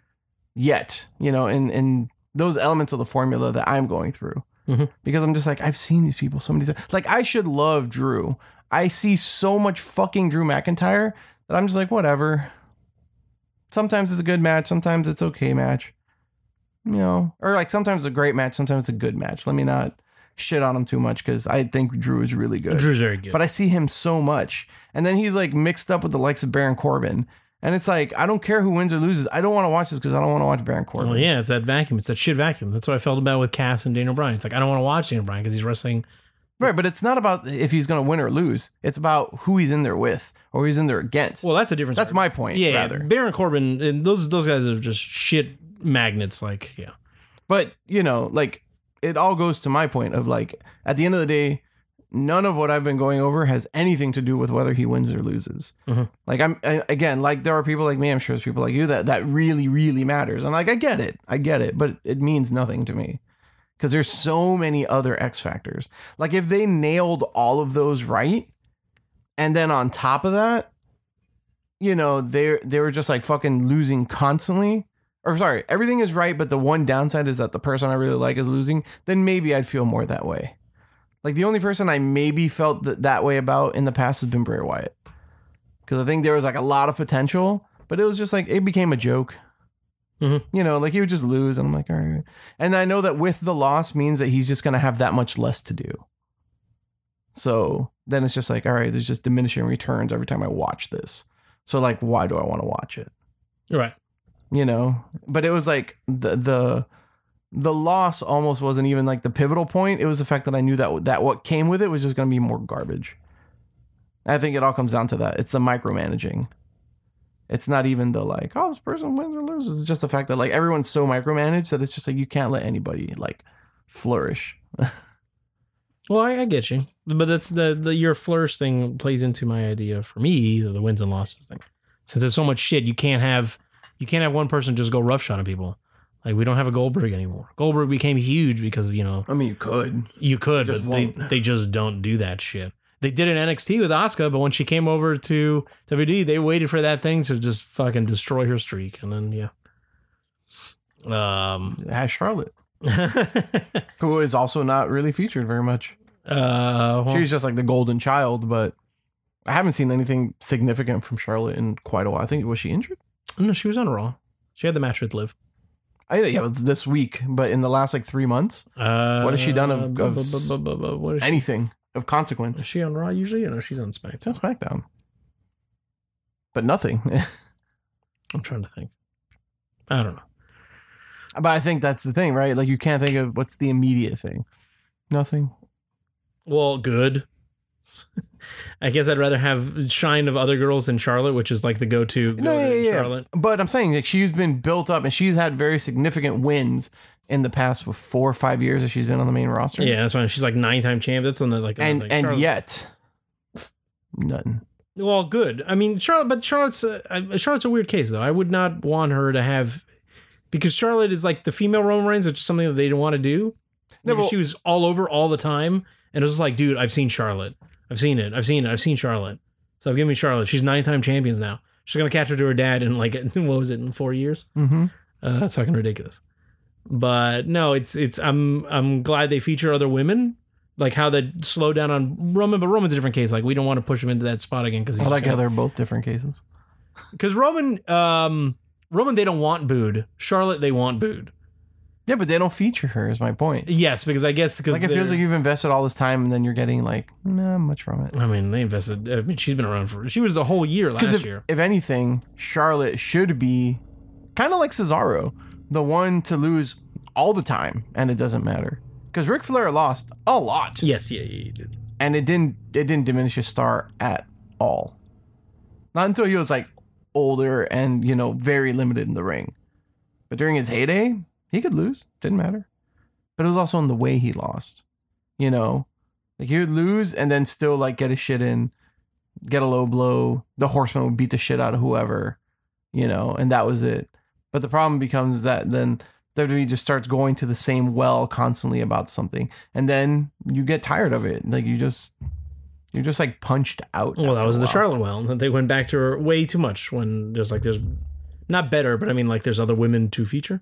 Speaker 2: yet. You know, in in those elements of the formula that I'm going through.
Speaker 1: Mhm.
Speaker 2: Because I'm just like, I've seen these people so many times. Like I should love Drew. I see so much fucking Drew McIntyre that I'm just like, whatever. Sometimes it's a good match, sometimes it's okay match. You know, or like sometimes it's a great match, sometimes it's a good match. Let me not shit on him too much because I think Drew is really good
Speaker 1: Drew's very good.
Speaker 2: but I see him so much. And then he's like mixed up with the likes of Baron Corbin. And it's like, I don't care who wins or loses. I don't want to watch this because I don't want to watch Baron Corbin.
Speaker 1: well, yeah, it's that vacuum. It's that shit vacuum. That's what I felt about with Cass and Daniel Bryan. It's like I don't want to watch Daniel Bryan because he's wrestling.
Speaker 2: Right. But it's not about if he's going to win or lose. It's about who he's in there with or who he's in there against.
Speaker 1: Well, that's a different.
Speaker 2: That's my point,
Speaker 1: yeah.
Speaker 2: rather.
Speaker 1: Baron Corbin and those those guys are just shit magnets. Like yeah,
Speaker 2: But, you know, like it all goes to my point of like, at the end of the day, none of what I've been going over has anything to do with whether he wins or loses.
Speaker 1: Mhm.
Speaker 2: Like, I'm, I, again, like there are people like me, I'm sure there's people like you that that really, really matters. And like, I get it. I get it. But it means nothing to me. because there's so many other X factors. Like if they nailed all of those right, and then on top of that, you know they they were just like fucking losing constantly. Or sorry, everything is right, but the one downside is that the person I really like is losing. Then maybe I'd feel more that way. Like the only person I maybe felt that, that way about in the past has been Bray Wyatt, because I think there was like a lot of potential, but it was just like it became a joke.
Speaker 1: Mhm.
Speaker 2: You know, like he would just lose, and I'm like, all right. And I know that with the loss means that he's just going to have that much less to do. So then it's just like, all right, there's just diminishing returns every time I watch this. So like, why do I want to watch it?
Speaker 1: right.
Speaker 2: You know? But it was like the the the loss almost wasn't even like the pivotal point. It was the fact that I knew that that what came with it was just going to be more garbage. I think it all comes down to that. It's the micromanaging. It's not even the like, oh, this person wins or loses. It's just the fact that like everyone's so micromanaged that it's just like you can't let anybody like flourish.
Speaker 1: Well, I, I get you, but that's the, the your flourish thing plays into my idea for me the wins and losses thing. Since there's so much shit, you can't have you can't have one person just go roughshod on people. Like we don't have a Goldberg anymore. Goldberg became huge because you know
Speaker 2: I mean, you could.
Speaker 1: you could,
Speaker 2: Just
Speaker 1: but they,
Speaker 2: won't.
Speaker 1: they just don't do that shit. They did it in NXT with Asuka, but when she came over to WD, they waited for that thing to just fucking destroy her streak, and then yeah. Um.
Speaker 2: Has Charlotte, who is also not really featured very much.
Speaker 1: uh, well,
Speaker 2: She was just like the golden child, but I haven't seen anything significant from Charlotte in quite a while. I think was she injured?
Speaker 1: no, she was on Raw. She had the match with Liv.
Speaker 2: I, yeah, it was this week, but in the last like three months,
Speaker 1: Uh,
Speaker 2: has she done of-
Speaker 1: bu-
Speaker 2: of
Speaker 1: bu- bu- bu- bu- what is she,
Speaker 2: anything of consequence.
Speaker 1: is she on Raw usually? Or no, she's on SmackDown.
Speaker 2: That's SmackDown, but nothing.
Speaker 1: I'm trying to think. I don't know.
Speaker 2: but I think that's the thing, right? Like you can't think of what's the immediate thing. Nothing.
Speaker 1: Well, good. I guess I'd rather have shine of other girls than Charlotte, which is like the go-to.
Speaker 2: No,
Speaker 1: go-to
Speaker 2: yeah, yeah, yeah.
Speaker 1: Charlotte.
Speaker 2: But I'm saying like she's been built up and she's had very significant wins in the past four or five years that she's been on the main roster.
Speaker 1: Yeah, that's fine. She's like nine-time champ. That's another like another
Speaker 2: and
Speaker 1: thing.
Speaker 2: and
Speaker 1: Charlotte-
Speaker 2: yet nothing.
Speaker 1: Well, good. I mean, Charlotte, but Charlotte's uh, uh, Charlotte's a weird case though. I would not want her to have because Charlotte is like the female Roman Reigns, which is something that they didn't want to do.
Speaker 2: No,
Speaker 1: Because
Speaker 2: but-
Speaker 1: she was all over all the time, and it was just like, dude, I've seen Charlotte, I've seen it, I've seen it, I've seen Charlotte. So give me Charlotte. She's nine time champions now. She's gonna catch her to her dad in like what was it in four years?
Speaker 2: Mm-hmm.
Speaker 1: Uh, that's fucking ridiculous. But no, it's it's I'm I'm glad they feature other women. Like how they slow down on Roman, but Roman's a different case. Like we don't want to push him into that spot again because
Speaker 2: I like how they're both different cases.
Speaker 1: because Roman, um, Roman, they don't want booed. Charlotte, they want booed.
Speaker 2: Yeah, but they don't feature her. Is my point.
Speaker 1: Yes, because I guess because
Speaker 2: Like it feels like you've invested all this time and then you're getting like not much from it.
Speaker 1: I mean, they invested. I mean, she's been around for. She was the whole year last
Speaker 2: Because if,
Speaker 1: year.
Speaker 2: if anything, Charlotte should be kind of like Cesaro, the one to lose all the time, and it doesn't matter. Because Ric Flair lost a lot,
Speaker 1: Yes, yeah, yeah, you did.
Speaker 2: and it didn't it didn't diminish his star at all. Not until he was like older and you know very limited in the ring, but during his heyday, He could lose, didn't matter. But it was also in the way he lost. You know, like he would lose and then still like get his shit in, get a low blow. The horseman would beat the shit out of whoever, you know, and that was it. But the problem becomes that then WWE just starts going to the same well constantly about something, and then you get tired of it. Like you just, you're just like punched out.
Speaker 1: Well,
Speaker 2: after
Speaker 1: that
Speaker 2: a
Speaker 1: was the
Speaker 2: while.
Speaker 1: Charlotte well. They went back to her way too much when there's like there's not better, but I mean like there's other women to feature.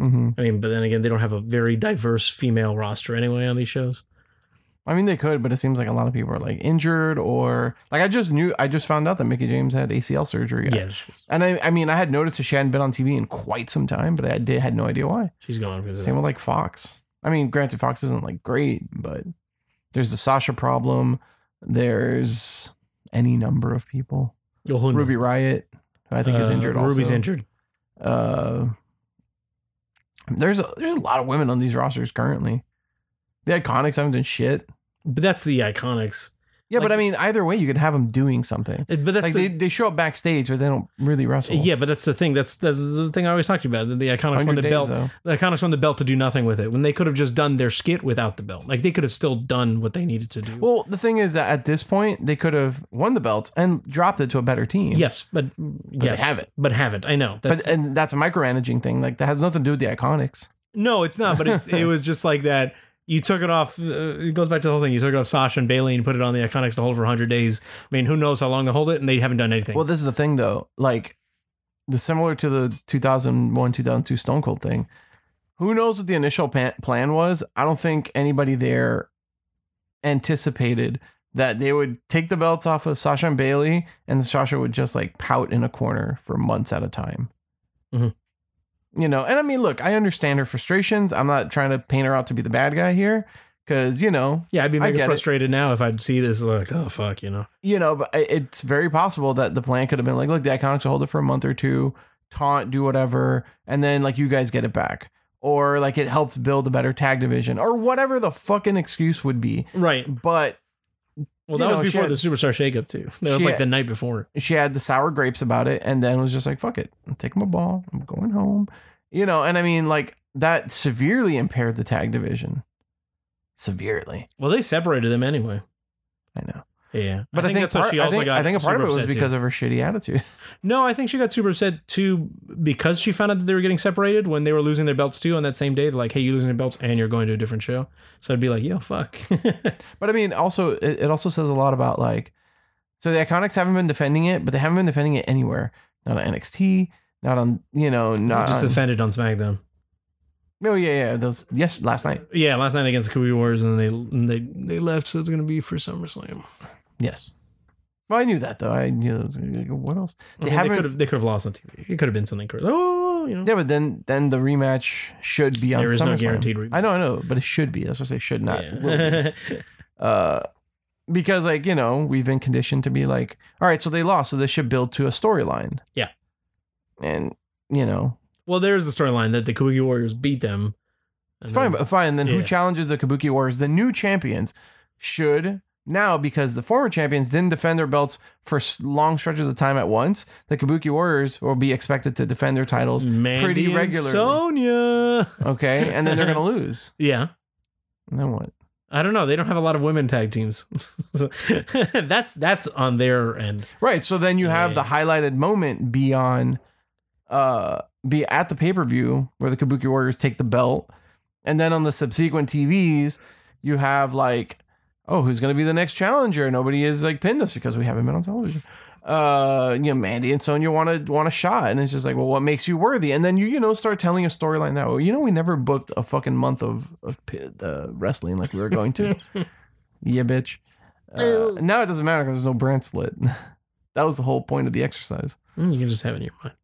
Speaker 2: Mhm.
Speaker 1: I mean, but then again, they don't have a very diverse female roster anyway on these shows.
Speaker 2: I mean, they could, but it seems like a lot of people are like injured or like I just knew I just found out that Mickey James had ACL surgery.
Speaker 1: Yeah, sh-
Speaker 2: and I, I mean, I had noticed that she hadn't been on TV in quite some time, but I did had no idea why.
Speaker 1: she's gone because of
Speaker 2: Same with like Fox. I mean, granted, Fox isn't like great, but there's the Sasha problem. There's any number of people.
Speaker 1: that. Oh, no.
Speaker 2: Ruby Riot, who I think is
Speaker 1: Uh,
Speaker 2: injured. Also.
Speaker 1: Ruby's injured.
Speaker 2: Uh, there's a, there's a lot of women on these rosters currently. The Iconics haven't done shit.
Speaker 1: But that's the Iconics.
Speaker 2: Yeah, but
Speaker 1: Like-
Speaker 2: I mean, either way, you could have them doing something.
Speaker 1: It- But that's
Speaker 2: like
Speaker 1: the,
Speaker 2: they, they show up backstage, but they don't really wrestle.
Speaker 1: yeah, but that's the thing. That's that's the thing I always talked about. The Iconics won
Speaker 2: hundred
Speaker 1: the
Speaker 2: days
Speaker 1: belt.
Speaker 2: though.
Speaker 1: The Iconics won the belt to do nothing with it when they could have just done their skit without the belt. Like they could have still done what they needed to do.
Speaker 2: Well, the thing is that at this point, they could have won the belts and dropped it to a better team.
Speaker 1: yes, but, yes,
Speaker 2: haven't.
Speaker 1: But haven't. I know. That's,
Speaker 2: but and that's a micromanaging thing. Like that has nothing to do with the Iconics.
Speaker 1: No, it's not. But it, it was just like that. You took it off. Uh, it goes back to the whole thing. You took it off Sasha and Bailey and put it on the Iconics to hold for 100 days. I mean, who knows how long they'll hold it? And they haven't done anything.
Speaker 2: Well, this is the thing though. Like the similar to the 2001 2002 Stone Cold thing. Who knows what the initial pan- plan was? I don't think anybody there anticipated that they would take the belts off of Sasha and Bailey and Sasha would just like pout in a corner for months at a time.
Speaker 1: Mhm.
Speaker 2: You know, and I mean, look, I understand her frustrations. I'm not trying to paint her out to be the bad guy here because, you know,
Speaker 1: yeah, I'd be
Speaker 2: I
Speaker 1: mega
Speaker 2: get it.
Speaker 1: frustrated now if I'd see this. Like, oh, fuck, you know.
Speaker 2: you know, but I- it's very possible that the plan could have been like, look, the Iconics will hold it for a month or two, taunt, do whatever, and then like you guys get it back. Or like it helps build a better tag division or whatever the fucking excuse would be.
Speaker 1: Right.
Speaker 2: But
Speaker 1: Well, that
Speaker 2: You know,
Speaker 1: was
Speaker 2: she
Speaker 1: before
Speaker 2: had-
Speaker 1: the Superstar shakeup, too. That was
Speaker 2: she
Speaker 1: like
Speaker 2: had-
Speaker 1: the night before.
Speaker 2: she had the sour grapes about it and then was just like, fuck it. I'm taking my ball. I'm going home. You know, and I mean, like that severely impaired the tag division. Severely.
Speaker 1: Well, they separated them anyway.
Speaker 2: I know.
Speaker 1: Yeah.
Speaker 2: But I think,
Speaker 1: what
Speaker 2: part, I think, I think a part
Speaker 1: super
Speaker 2: of it was
Speaker 1: upset, too.
Speaker 2: because of her shitty attitude.
Speaker 1: No, I think she got super upset too because she found out that they were getting separated when they were losing their belts too on that same day. They're like, hey, you're losing your belts and you're going to a different show. So I'd be like, yo, fuck.
Speaker 2: But I mean, also it, it also says a lot about like, so the Iconics haven't been defending it, but they haven't been defending it anywhere. Not on NXT, not on you know, not
Speaker 1: just
Speaker 2: on,
Speaker 1: offended on SmackDown.
Speaker 2: no, yeah, yeah, those yes, last night,
Speaker 1: Yeah, last night against the Kobe Warriors, and they and they they left, so it's gonna be for SummerSlam.
Speaker 2: yes. Well, I knew that though. I knew that was, what else?
Speaker 1: They, I mean,
Speaker 2: They
Speaker 1: they
Speaker 2: haven't-
Speaker 1: could have they could have lost on TV. It could have been something crazy. Oh, you know,
Speaker 2: Yeah, but then then the rematch should be on
Speaker 1: there is no
Speaker 2: SummerSlam.
Speaker 1: guaranteed. Re-
Speaker 2: I know, I know, but it should be. That's what I say. Should not. will be.
Speaker 1: Yeah.
Speaker 2: Uh, because like you know we've been conditioned to be like all right so they lost so this should build to a storyline
Speaker 1: Yeah.
Speaker 2: and you know
Speaker 1: well, there is the storyline that the Kobe Warriors beat them. and
Speaker 2: Fine,
Speaker 1: then-
Speaker 2: but fine. And then
Speaker 1: Yeah.
Speaker 2: who challenges the Kabuki Warriors? The new champions should now, because the former champions didn't defend their belts for s- long stretches of time at once. The Kabuki Warriors will be expected to defend their titles.
Speaker 1: Mandy
Speaker 2: pretty
Speaker 1: and
Speaker 2: regularly.
Speaker 1: Sonya.
Speaker 2: Okay, and then they're gonna lose.
Speaker 1: Yeah.
Speaker 2: And then what?
Speaker 1: I don't know. They don't have a lot of women tag teams. So, that's that's on their end.
Speaker 2: Right. So then you have
Speaker 1: Yeah.
Speaker 2: the highlighted moment be on, uh, be at the pay per view where the Kabuki Warriors take the belt, and then on the subsequent TVs, you have like, oh, who's going to be the next challenger? Nobody is like pinned us because we haven't been on television. Uh, you know, Mandy and Sonya want to want a shot, and it's just like, well, what makes you worthy? And then you you know start telling a storyline that way. You know, we never booked a fucking month of, of pi- uh, wrestling like we were going to. yeah, bitch. Uh,
Speaker 1: Ew.
Speaker 2: now it doesn't matter because there's no brand split. That was the whole point of the exercise.
Speaker 1: Mm, You can just have it in your mind.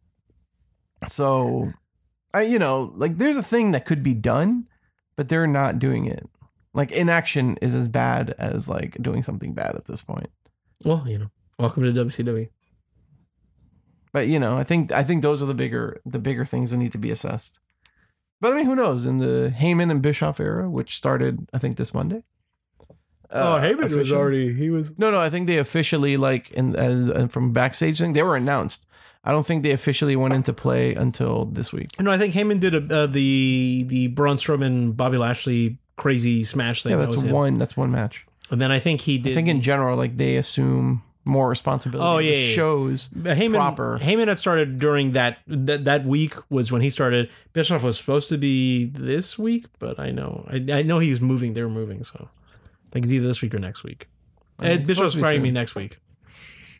Speaker 2: So, I you know, like there's a thing that could be done, but they're not doing it. Like inaction is as bad as like doing something bad at this point.
Speaker 1: Well, you know, welcome to WCW.
Speaker 2: But you know, I think I think those are the bigger the bigger things that need to be assessed. But I mean, who knows? In the Heyman and Bischoff era, which started I think this Monday,
Speaker 3: oh,
Speaker 2: uh,
Speaker 3: Heyman was
Speaker 2: official-
Speaker 3: already. He was.
Speaker 2: No, no, I think they officially like in and, and from backstage thing they were announced. I don't think they officially went into play until this week.
Speaker 1: No, I think Heyman did a, uh, the the Braun Strowman Bobby Lashley crazy smash thing.
Speaker 2: Yeah,
Speaker 1: that
Speaker 2: that's
Speaker 1: was it.
Speaker 2: one. That's one match.
Speaker 1: And then I think he
Speaker 2: I
Speaker 1: did.
Speaker 2: think in general, like they assume more responsibility.
Speaker 1: Oh, yeah,
Speaker 2: The
Speaker 1: yeah, yeah.
Speaker 2: shows.
Speaker 1: Uh, Heyman,
Speaker 2: proper.
Speaker 1: Heyman had started during that, that that week was when he started. Bischoff was supposed to be this week, but I know I, I know he was moving. They were moving, so I think it's either this week or next week.
Speaker 2: Yeah,
Speaker 1: Uh,
Speaker 2: it's supposed
Speaker 1: Bischoff's
Speaker 2: to be
Speaker 1: probably
Speaker 2: soon.
Speaker 1: me next week.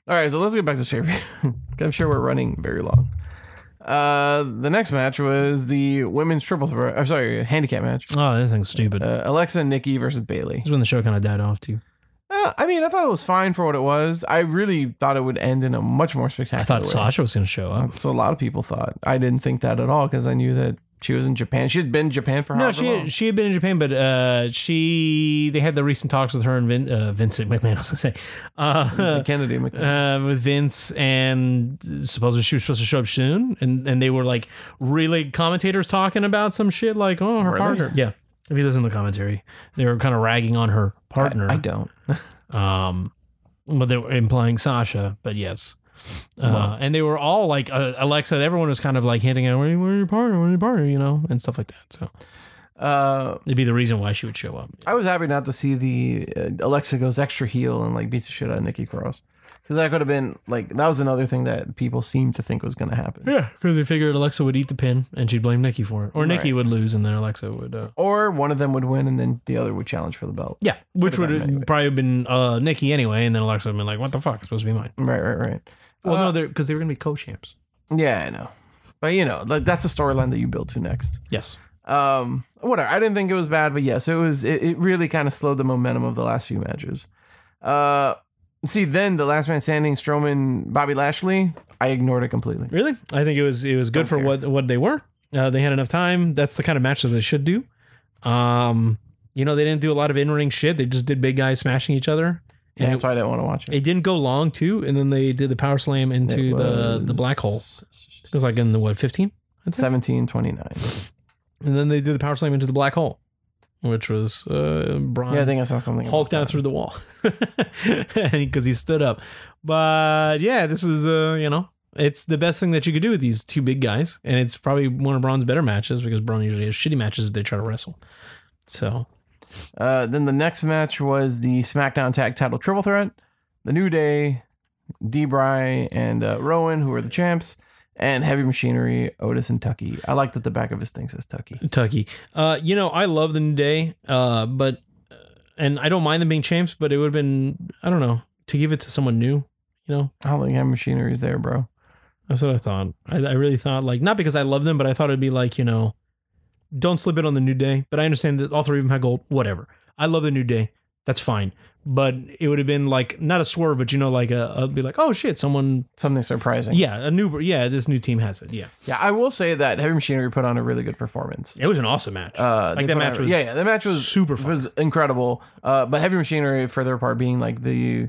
Speaker 2: All right, so let's get back to Shaver. I'm sure we're running very long. Uh, the next match was the women's triple threat. I'm sorry, handicap match.
Speaker 1: Oh, that thing's stupid.
Speaker 2: Uh, Alexa and Nikki versus Bailey.
Speaker 1: when the show kind of died off too.
Speaker 2: Uh, I mean, I thought it was fine for what it was. I really thought it would end in a much more spectacular. way.
Speaker 1: was going to show up.
Speaker 2: That's what a lot of people thought. I didn't think that at all because I knew that she was in Japan. She had been in Japan for
Speaker 1: No,
Speaker 2: however
Speaker 1: she
Speaker 2: long.
Speaker 1: she had been in Japan, but uh, she they had the recent talks with her and Vin, uh, Vincent McMahon. I was going to say, uh,
Speaker 2: It's Kennedy McKenna.
Speaker 1: uh, with Vince, and supposedly she was supposed to show up soon, and and they were like really commentators talking about some shit like oh her
Speaker 2: Really?
Speaker 1: partner yeah. If you listen to the commentary, they were kind of ragging on her partner,
Speaker 2: I, I don't.
Speaker 1: um, but they were implying Sasha. But yes. Uh,
Speaker 2: Wow.
Speaker 1: And they were all like uh, Alexa. Everyone was kind of like hinting at where, where your partner, where your partner, you know, and stuff like that. So
Speaker 2: Uh,
Speaker 1: it'd be the reason why she would show up.
Speaker 2: I was happy not to see the uh, Alexa goes extra heel and like beats the shit out of Nikki Cross because that could have been like that was another thing that people seemed to think was going to happen.
Speaker 1: Yeah, because they figured Alexa would eat the pin and she'd blame Nikki for it, or Nikki
Speaker 2: Right.
Speaker 1: would lose and then Alexa would. Uh,
Speaker 2: Or one of them would win and then the other would challenge for the belt.
Speaker 1: yeah, which would
Speaker 2: Could've been
Speaker 1: have
Speaker 2: anyways.
Speaker 1: probably been uh, Nikki anyway, and then Alexa would have been like, "What the fuck? It's supposed to be mine."
Speaker 2: Right, right, right.
Speaker 1: Well, no,
Speaker 2: Uh,
Speaker 1: they're because they were gonna be co-champs.
Speaker 2: yeah, I know. But you know, like that's the storyline that you build to next.
Speaker 1: Yes,
Speaker 2: um whatever i didn't think it was bad but yes it was it, it really kind of slowed the momentum of the last few matches uh see then the last man standing strowman bobby lashley i ignored it completely
Speaker 1: really. I think it was it was good
Speaker 2: Don't
Speaker 1: for
Speaker 2: care.
Speaker 1: what what they were. Uh, they had enough time. That's the kind of matches they should do. Um, you know, they didn't do a lot of in ring shit. They just did big guys smashing each other.
Speaker 2: yeah,
Speaker 1: And
Speaker 2: that's
Speaker 1: it,
Speaker 2: why i didn't want to watch it
Speaker 1: it didn't go long too, and then they did the power slam into
Speaker 2: It
Speaker 1: the the black hole.
Speaker 2: was
Speaker 1: It was like in the what fifteen.
Speaker 2: 1729
Speaker 1: And then they did the power slam into the black hole, which was uh, Braun
Speaker 2: yeah i think i saw something about
Speaker 1: hulked out
Speaker 2: that.
Speaker 1: through the wall because he stood up. But yeah, this is uh, you know it's the best thing that you could do with these two big guys, and it's probably one of Braun's better matches because Braun usually has shitty matches if they try to wrestle. So
Speaker 2: uh then the next match was the smackdown tag title triple threat the new day debray and uh, rowan who are the champs and heavy machinery otis and tucky i like that the back of his thing says tucky
Speaker 1: Kentucky, uh, you know I love the New Day, uh, but and I don't mind them being champs, but it would have been I don't know to give it to someone new, you know.
Speaker 2: I don't think Heavy Machinery is there, bro.
Speaker 1: That's what I thought. I, I really thought like not because I love them, but I thought it'd be like you know, don't slip it on the new day. But I understand that all three of them had gold. Whatever. I love the new day. That's fine. But it would have been like not a swerve, but you know, like a, a be like, oh shit, someone,
Speaker 2: Something surprising.
Speaker 1: yeah, a new, yeah, this new team has it. Yeah,
Speaker 2: yeah. I will say that Heavy Machinery put on a really good performance.
Speaker 1: it was an awesome match.
Speaker 2: Uh,
Speaker 1: Like, that
Speaker 2: they put on
Speaker 1: match
Speaker 2: a-
Speaker 1: was
Speaker 2: yeah, yeah, that match was
Speaker 1: super fun.
Speaker 2: was incredible. Uh, but Heavy Machinery, for their part, being like the,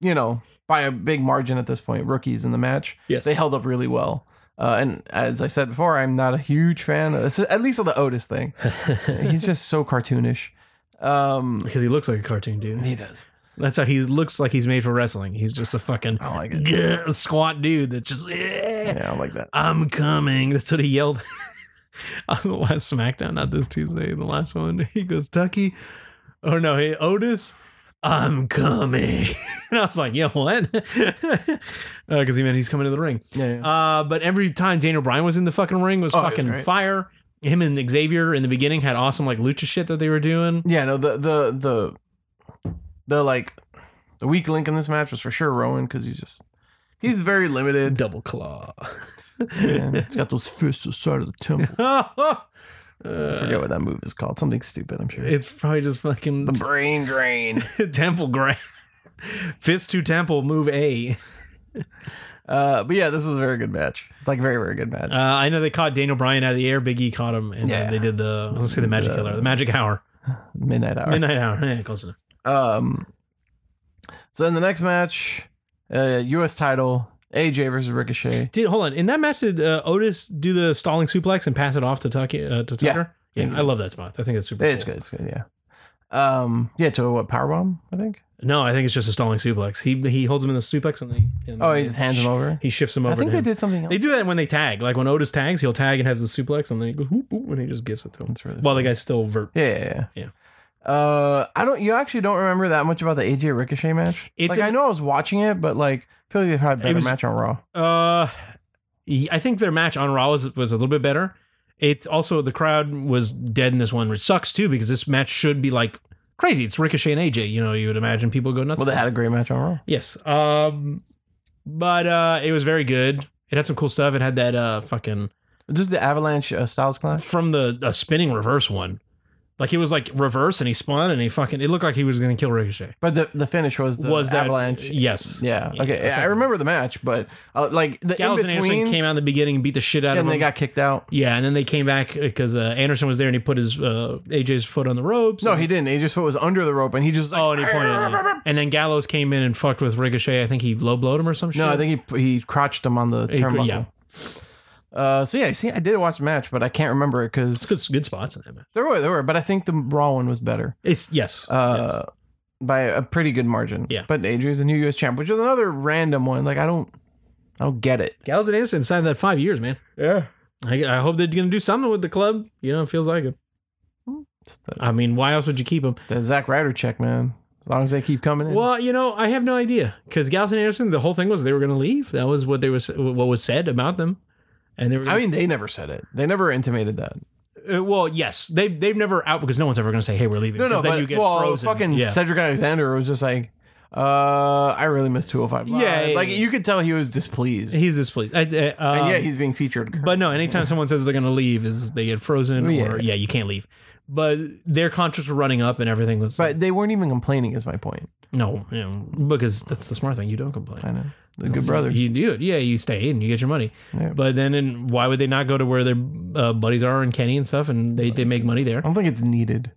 Speaker 2: you know, by a big margin at this point, rookies in the match,
Speaker 1: Yes.
Speaker 2: they held up really well. Uh, and as I said before, I'm not a huge fan, of, at least of the Otis thing. He's just so cartoonish. Um,
Speaker 1: because he looks like a cartoon dude.
Speaker 2: he does.
Speaker 1: That's how he looks like he's made for wrestling. He's just a fucking
Speaker 2: I like it.
Speaker 1: squat dude that just. "Yeah."
Speaker 2: Yeah, I like that.
Speaker 1: I'm coming. That's what he yelled on the last SmackDown, not this Tuesday, the last one. He goes, Tucky. Oh no, hey, Otis, I'm coming. And I was like, yo, what? Because he meant he's coming to the ring.
Speaker 2: Yeah, yeah.
Speaker 1: Uh, but every time Daniel Bryan was in the fucking ring was
Speaker 2: Oh, he was
Speaker 1: fucking
Speaker 2: great.
Speaker 1: fire. Him and Xavier in the beginning had awesome like lucha shit that they were doing.
Speaker 2: Yeah, no, the the the the like the weak link in this match was for sure Rowan because he's just he's very limited.
Speaker 1: Double claw.
Speaker 2: and he's got those fists the side of the temple. I
Speaker 1: Uh,
Speaker 2: forget what that move is called. Something stupid, I'm sure.
Speaker 1: it's probably just fucking
Speaker 2: the brain drain.
Speaker 1: temple grind. Fist to temple, move A.
Speaker 2: Uh, but yeah, this was a very good match. Like very very good match.
Speaker 1: Uh, I know they caught Daniel Bryan out of the air. Big E caught him, and then
Speaker 2: Yeah.
Speaker 1: they did the I was gonna say the magic
Speaker 2: Uh,
Speaker 1: killer, the magic hour,
Speaker 2: Midnight hour.
Speaker 1: midnight hour. Yeah, close enough.
Speaker 2: Um, so in the next match, uh, U.S. title AJ versus Ricochet.
Speaker 1: Did hold on in that match? Did uh, Otis do the stalling suplex and pass it off to Tucker? Uh, to
Speaker 2: Yeah.
Speaker 1: Tucker? Yeah,
Speaker 2: Yeah.
Speaker 1: I love that spot. I think it's super.
Speaker 2: It's
Speaker 1: cool.
Speaker 2: good. It's good. Yeah. Um, yeah, to a, what powerbomb? I think.
Speaker 1: No, I think it's just a stalling suplex. He he holds him in the suplex and, the, and
Speaker 2: Oh,
Speaker 1: the-
Speaker 2: he just hands him over.
Speaker 1: He shifts him over.
Speaker 2: I think
Speaker 1: to
Speaker 2: they
Speaker 1: him.
Speaker 2: did something else.
Speaker 1: They do that when they tag. Like when Otis tags, he'll tag and has the suplex, and then he goes whoop, whoop, and he just gives it to him.
Speaker 2: That's really
Speaker 1: While the guy's still vert.
Speaker 2: Yeah, yeah, yeah. Uh, I don't. You actually don't remember that much about the AJ Ricochet match.
Speaker 1: It's
Speaker 2: like
Speaker 1: an-
Speaker 2: I know I was watching it, but like I feel like they've had better
Speaker 1: was-
Speaker 2: match on Raw.
Speaker 1: Uh, y- I think their match on Raw was, was a little bit better. It's also the crowd was dead in this one, which sucks too because this match should be like crazy. It's Ricochet and AJ. You know, you would imagine people go nuts.
Speaker 2: Well, they had a great match on Raw.
Speaker 1: yes. Um, but uh, it was very good. It had some cool stuff. It had that uh fucking
Speaker 2: Just the Avalanche uh, Styles Clash.
Speaker 1: from the a spinning reverse one. Like it was like reverse and he spun and he fucking it looked like he was gonna kill Ricochet.
Speaker 2: But the, the finish was the
Speaker 1: was that
Speaker 2: Avalanche.
Speaker 1: Yes.
Speaker 2: yeah. Okay.
Speaker 1: that's
Speaker 2: Yeah, I
Speaker 1: it.
Speaker 2: remember the match, but uh, like the
Speaker 1: Gallows
Speaker 2: in
Speaker 1: and Anderson
Speaker 2: between
Speaker 1: came out in the beginning and beat the shit out of
Speaker 2: and
Speaker 1: him.
Speaker 2: they got kicked out.
Speaker 1: yeah, and then they came back because uh, Anderson was there and he put his uh, AJ's foot on the ropes.
Speaker 2: No,
Speaker 1: and-
Speaker 2: he didn't. Adrian's foot was under the rope, and he just like,
Speaker 1: oh, and he pointed. at it. And then Gallows came in and fucked with Ricochet. I think he low blowed him or some shit.
Speaker 2: no, I think he he crotched him on the
Speaker 1: He-
Speaker 2: turnbuckle.
Speaker 1: yeah,
Speaker 2: Uh, so yeah, see, I did watch the match, but I can't remember it because
Speaker 1: good, good spots in that match.
Speaker 2: there were there were, but I think the Raw one was better.
Speaker 1: It's yes,
Speaker 2: uh, by a pretty good margin.
Speaker 1: Yeah.
Speaker 2: But Adrian's a new U.S. champ, which is another random one. Like I don't, I don't get it.
Speaker 1: Gallows and Anderson signed that five years, man.
Speaker 2: Yeah.
Speaker 1: I, I hope they're gonna do something with the club. You know, it feels like it.
Speaker 2: uh,
Speaker 1: I mean, why else would you keep him?
Speaker 2: The Zack Ryder check, man. As long as they keep coming in.
Speaker 1: Well, you know, I have no idea because Gallows and Anderson, the whole thing was they were going to leave. That was what they was what was said about them, and they were.
Speaker 2: I mean, they never said it. They never intimated that.
Speaker 1: mean, uh, well, yes, they they've never out because no one's ever going to say, "Hey, we're leaving."
Speaker 2: No, no,
Speaker 1: 'cause then
Speaker 2: but
Speaker 1: you get
Speaker 2: well,
Speaker 1: frozen.
Speaker 2: fucking
Speaker 1: yeah.
Speaker 2: Cedric Alexander was just like, uh, I really miss 205. Live.
Speaker 1: Yeah, yeah,
Speaker 2: like
Speaker 1: yeah.
Speaker 2: you could tell he was displeased.
Speaker 1: he's displeased. I, I-
Speaker 2: and
Speaker 1: um,
Speaker 2: yeah, he's being featured.
Speaker 1: But no, anytime someone says they're going to leave, is they get frozen
Speaker 2: Yeah.
Speaker 1: or yeah, you can't leave. But their contracts were running up and everything was.
Speaker 2: but they weren't even complaining. Is my point.
Speaker 1: no, you know, because that's the smart thing. You don't complain.
Speaker 2: I know the good brothers.
Speaker 1: You do it. Yeah, you stay and you get your money.
Speaker 2: Yeah.
Speaker 1: But then, and why would they not go to where their uh, buddies are and Kenny and stuff, and they, they make money there?
Speaker 2: I don't think it's needed.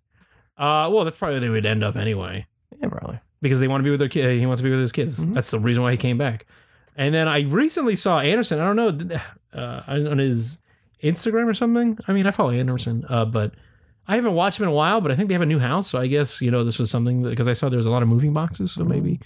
Speaker 1: Uh, well, that's probably where they would end up anyway,
Speaker 2: Yeah, probably.
Speaker 1: because they want to be with their kid. He wants to be with his kids.
Speaker 2: Mhm.
Speaker 1: That's the reason why he came back. And then I recently saw Anderson. I don't know did- uh, on his Instagram or something. I mean, I follow Anderson, uh, but I haven't watched him in a while. But I think they have a new house, so I guess you know this was something because I saw there was a lot of moving boxes, so maybe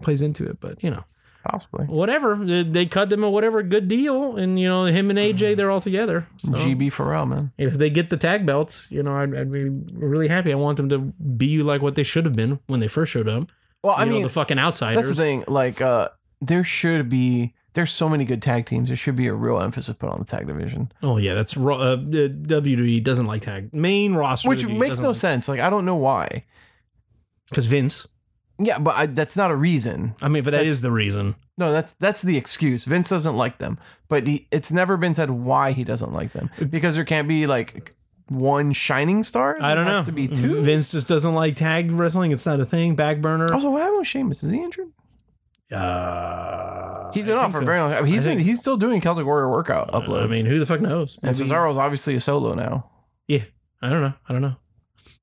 Speaker 1: plays into it. But you know.
Speaker 2: Possibly.
Speaker 1: whatever they they cut them a whatever good deal and you know him and aj they're all together so
Speaker 2: GB Pharrell, man.
Speaker 1: if they get the tag belts you know I'd, I'd be really happy i want them to be like what they should have been when they first showed up
Speaker 2: Well, I
Speaker 1: you know,
Speaker 2: mean,
Speaker 1: the fucking outsiders
Speaker 2: that's the thing. Like, uh, there should be. There's so many good tag teams. There should be a real emphasis put on the tag division,
Speaker 1: oh yeah that's ro- uh, the wwe doesn't like tag main roster E
Speaker 2: which makes no sense. Like, I don't know why.
Speaker 1: because vince
Speaker 2: Yeah, but I, that's not a reason.
Speaker 1: i mean but that
Speaker 2: That's-
Speaker 1: is the reason
Speaker 2: No, that's that's the excuse. Vince doesn't like them, but he, it's never been said why he doesn't like them because there can't be like one shining star.
Speaker 1: i don't
Speaker 2: There
Speaker 1: know Mm-hmm.
Speaker 2: has To be two.
Speaker 1: vince just doesn't like tag wrestling it's not a thing back burner
Speaker 2: Also, what happened with Sheamus? Is he injured?
Speaker 1: uh,
Speaker 2: He's
Speaker 1: I
Speaker 2: been off
Speaker 1: think
Speaker 2: for
Speaker 1: so.
Speaker 2: very long. time. He's
Speaker 1: I
Speaker 2: been
Speaker 1: think-
Speaker 2: he's still doing Celtic Warrior workout uploads.
Speaker 1: i mean who the fuck knows
Speaker 2: and
Speaker 1: Maybe-
Speaker 2: Cesaro's obviously a solo now.
Speaker 1: I don't know. I don't know.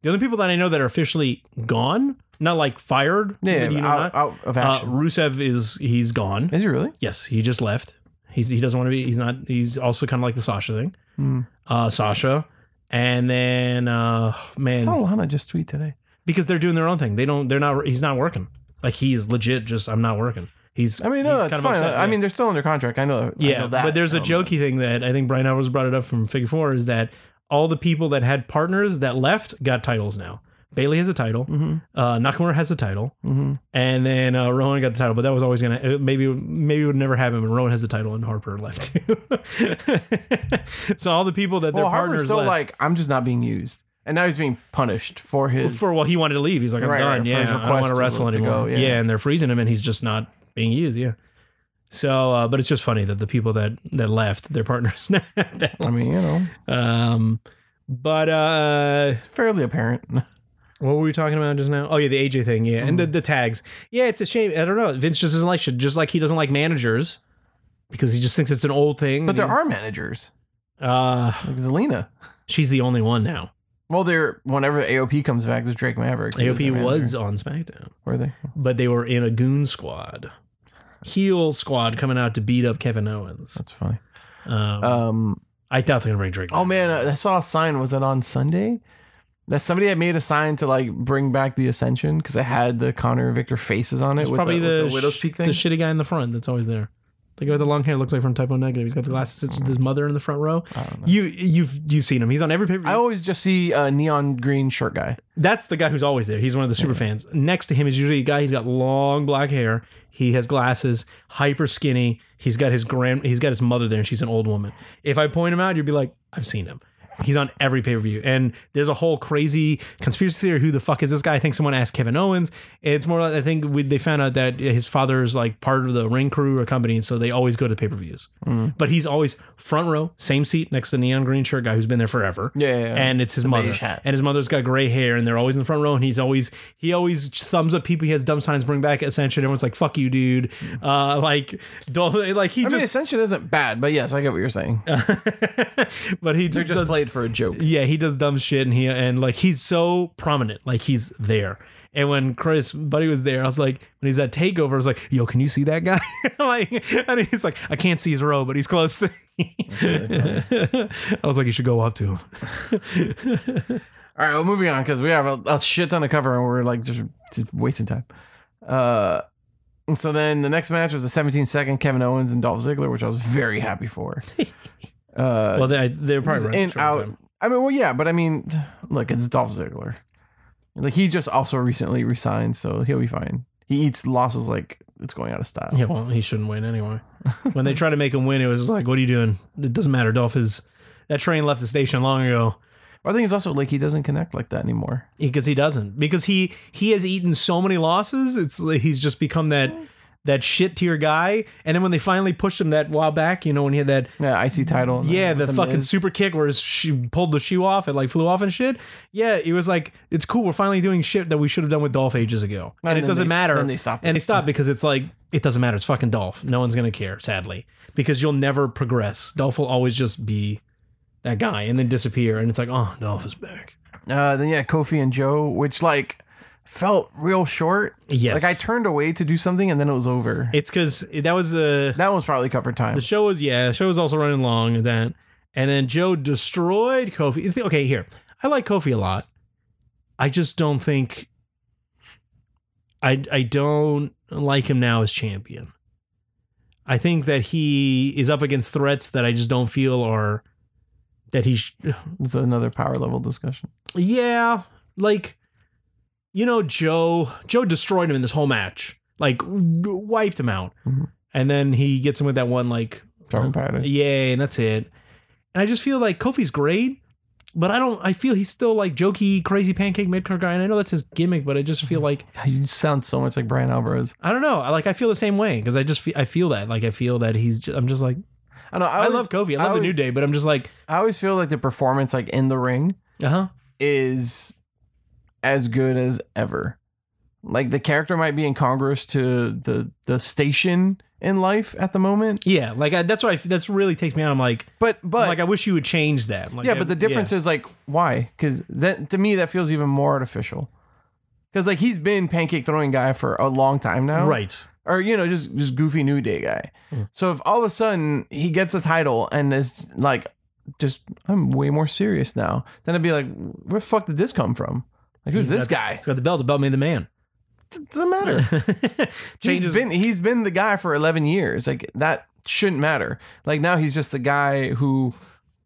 Speaker 1: The only people that I know that are officially gone, not like fired,
Speaker 2: Yeah,
Speaker 1: you know,
Speaker 2: out,
Speaker 1: not,
Speaker 2: out of
Speaker 1: uh,
Speaker 2: action.
Speaker 1: Rusev is he's gone.
Speaker 2: Is he really?
Speaker 1: Yes, he just left. He's he doesn't want to be. He's not. He's also kind of like the Sasha thing.
Speaker 2: Hmm.
Speaker 1: Uh, Sasha, and then uh,
Speaker 2: I
Speaker 1: man,
Speaker 2: saw Lana just tweet today.
Speaker 1: because they're doing their own thing. They don't. They're not. He's not working. Like he's legit. Just I'm not working. He's.
Speaker 2: I mean, no,
Speaker 1: he's
Speaker 2: that's
Speaker 1: kind of
Speaker 2: fine.
Speaker 1: upset,
Speaker 2: I
Speaker 1: yeah.
Speaker 2: mean, they're still under contract. I know. I
Speaker 1: Yeah,
Speaker 2: know that.
Speaker 1: but there's a
Speaker 2: Um,
Speaker 1: jokey thing that I think Brian Alvarez brought it up from Figure Four is that all the people that had partners that left got titles now. Bailey has a title.
Speaker 2: mhm,
Speaker 1: Uh, Nakamura has a title,
Speaker 2: mhm.
Speaker 1: and then uh, Rowan got the title. But that was always gonna uh, maybe maybe it would never happen when Rowan has the title and Harper left too. so all the people that their
Speaker 2: Well,
Speaker 1: partners
Speaker 2: Harper's still
Speaker 1: left,
Speaker 2: like, I'm just not being used, and now he's being punished for his.
Speaker 1: for well he wanted to leave. He's like I'm
Speaker 2: Right, right,
Speaker 1: done.
Speaker 2: for
Speaker 1: yeah,
Speaker 2: his
Speaker 1: I don't
Speaker 2: request
Speaker 1: want to
Speaker 2: to-
Speaker 1: wrestle
Speaker 2: to
Speaker 1: anymore.
Speaker 2: go, yeah.
Speaker 1: yeah. and they're freezing him, and he's just not being used. Yeah. So, uh, but it's just funny that the people that that left their partners. now have titles.
Speaker 2: I mean, you know,
Speaker 1: Um, but uh,
Speaker 2: it's fairly apparent.
Speaker 1: what were we talking about just now? Oh yeah, the AJ thing. Yeah,
Speaker 2: Mm.
Speaker 1: and the, the tags. Yeah, it's a shame. I don't know. Vince just doesn't like shit. Just like he doesn't like managers because he just thinks it's an old thing.
Speaker 2: But there are managers,
Speaker 1: Uh,
Speaker 2: like Zelina.
Speaker 1: she's the only one now.
Speaker 2: Well, they're whenever AOP comes back, there's Drake Maverick. who
Speaker 1: AOP
Speaker 2: a manager.
Speaker 1: was on SmackDown,
Speaker 2: were they?
Speaker 1: but they were in a goon squad, heel squad coming out to beat up Kevin Owens.
Speaker 2: That's funny.
Speaker 1: Um,
Speaker 2: Um,
Speaker 1: I doubt they're gonna bring Drake.
Speaker 2: Oh man, I I saw a sign. Was it on Sunday? That somebody had made a sign to like bring back the Ascension because it had the Connor and Victor faces on it
Speaker 1: It's
Speaker 2: with,
Speaker 1: probably
Speaker 2: the,
Speaker 1: the,
Speaker 2: with the Widow's
Speaker 1: sh-
Speaker 2: Peak thing.
Speaker 1: the shitty guy in the front that's always there. The guy with the long hair looks like from Typo Negative. He's got the glasses, sits with his mother in the front row.
Speaker 2: I don't know.
Speaker 1: You you've you've seen him. He's on every paper.
Speaker 2: I always just see a neon green shirt guy.
Speaker 1: That's the guy who's always there. He's one of the super fans. Next to him is usually a guy. He's got long black hair. He has glasses. Hyper skinny. He's got his grand. He's got his mother there, and she's an old woman. If I point him out, you'd be like, I've seen him. He's on every pay per view, and there's a whole crazy conspiracy theory. Who the fuck is this guy? I think someone asked Kevin Owens. It's more like I think we, they found out that his father's like part of the ring crew or company, and so they always go to pay per views.
Speaker 2: Mm-hmm.
Speaker 1: But he's always front row, same seat next to the neon green shirt guy who's been there forever
Speaker 2: Yeah, yeah, yeah.
Speaker 1: and it's his mother.
Speaker 2: beige hat.
Speaker 1: And his mother's got gray hair, and they're always in the front row. And he's always he always thumbs up people. He has dumb signs, bring back Ascension. Everyone's like, "Fuck you, dude!" Uh, like, don't, like he
Speaker 2: I mean,
Speaker 1: just,
Speaker 2: Ascension isn't bad, but yes, I get what you're saying.
Speaker 1: but he
Speaker 2: They're
Speaker 1: just,
Speaker 2: just
Speaker 1: does,
Speaker 2: played for a joke.
Speaker 1: yeah, he does dumb shit, and he and like he's so prominent, like he's there. And when Chris Buddy was there, I was like, when he's at Takeover, I was like, "Yo, can you see that guy?" like, and he's like, "I can't see his row, but he's close to." me." I was like, "You should go up to him."
Speaker 2: All right, well, moving on because we have a, a shit ton of cover and we're like just just wasting time. Uh, and so then the next match was a 17 second Kevin Owens and Dolph Ziggler, which I was very happy for. Uh,
Speaker 1: well, they, they're probably
Speaker 2: Just
Speaker 1: right.
Speaker 2: in
Speaker 1: Sure,
Speaker 2: out.
Speaker 1: time.
Speaker 2: I mean, well, yeah, but I mean, look, it's Dolph Ziggler. Like he just also recently resigned, so he'll be fine. He eats losses like it's going out of style.
Speaker 1: Yeah, well, he shouldn't win anyway. when they tried to make him win, it was like, "What are you doing? It doesn't matter." Dolph is that train left the station long ago
Speaker 2: But I think it's also like he doesn't connect like that anymore.
Speaker 1: because he doesn't because he he has eaten so many losses. It's like he's just become that that shit tier guy. And then when they finally pushed him that while back, you know, when he had that
Speaker 2: Yeah, icy title. and
Speaker 1: yeah
Speaker 2: then
Speaker 1: the,
Speaker 2: with
Speaker 1: fucking
Speaker 2: Miz.
Speaker 1: super kick where his she pulled the shoe off and like flew off and shit. Yeah, it was like it's cool. We're finally doing shit that we should have done with Dolph ages ago, and, it
Speaker 2: then
Speaker 1: doesn't
Speaker 2: they-
Speaker 1: matter.
Speaker 2: Then they stop.
Speaker 1: And they stop because it's like it doesn't matter. It's fucking Dolph. No one's gonna care, sadly, because you'll never progress. Dolph will always just be that guy and then disappear. And it's like, oh, Dolph is back.
Speaker 2: Uh, then yeah, Kofi and Joe, which like felt real short.
Speaker 1: Yes,
Speaker 2: Like I turned away to do something and then it was over.
Speaker 1: it's because that was uh,
Speaker 2: that was probably cover time.
Speaker 1: the show was yeah, the show was also running long and then and then Joe destroyed Kofi. It's- Okay, here I like Kofi a lot. I just don't think I I don't like him now as champion. I think that he is up against threats that I just don't feel are that he sh-
Speaker 2: it's another power level discussion.
Speaker 1: yeah, like you know Joe Joe destroyed him in this whole match. Like wiped him out.
Speaker 2: Mhm.
Speaker 1: And then he gets him with that one like
Speaker 2: Charming Paradise.
Speaker 1: Yay, and that's it. And I just feel like Kofi's great, but I don't. I feel he's still like jokey, crazy pancake midcard guy, and I know that's his gimmick, but I just feel like
Speaker 2: God, You sound so much like Brian Alvarez.
Speaker 1: I don't know. I like I feel the same way because I just feel, I feel that like I feel that he's. Just, I'm just like
Speaker 2: I know. I,
Speaker 1: I,
Speaker 2: always,
Speaker 1: love Kofi. I
Speaker 2: I
Speaker 1: love the
Speaker 2: always-
Speaker 1: New Day, but I'm just like
Speaker 2: I always feel like the performance, like in the ring,
Speaker 1: uh huh.
Speaker 2: is as good as ever. Like the character might be incongruous to the the station in life at the moment,
Speaker 1: Yeah, like I, that's why I, that's really takes me out. I'm like,
Speaker 2: but but
Speaker 1: like I wish you would change that. Like,
Speaker 2: yeah,
Speaker 1: I-
Speaker 2: but the difference is like why? Because that to me that feels even more artificial. Because like he's been pancake throwing guy for a long time now,
Speaker 1: right. Hmm.
Speaker 2: Or you know just just goofy new day guy. So if all of a sudden he gets a title and is like, just I'm way more serious now, then I'd be like, where the fuck did this come from? Like who's this guy?
Speaker 1: He's got the belt. The belt made the man.
Speaker 2: doesn't matter.
Speaker 1: Changes.
Speaker 2: He's been he's been the guy for 11 years. Like that shouldn't matter. Like now he's just the guy who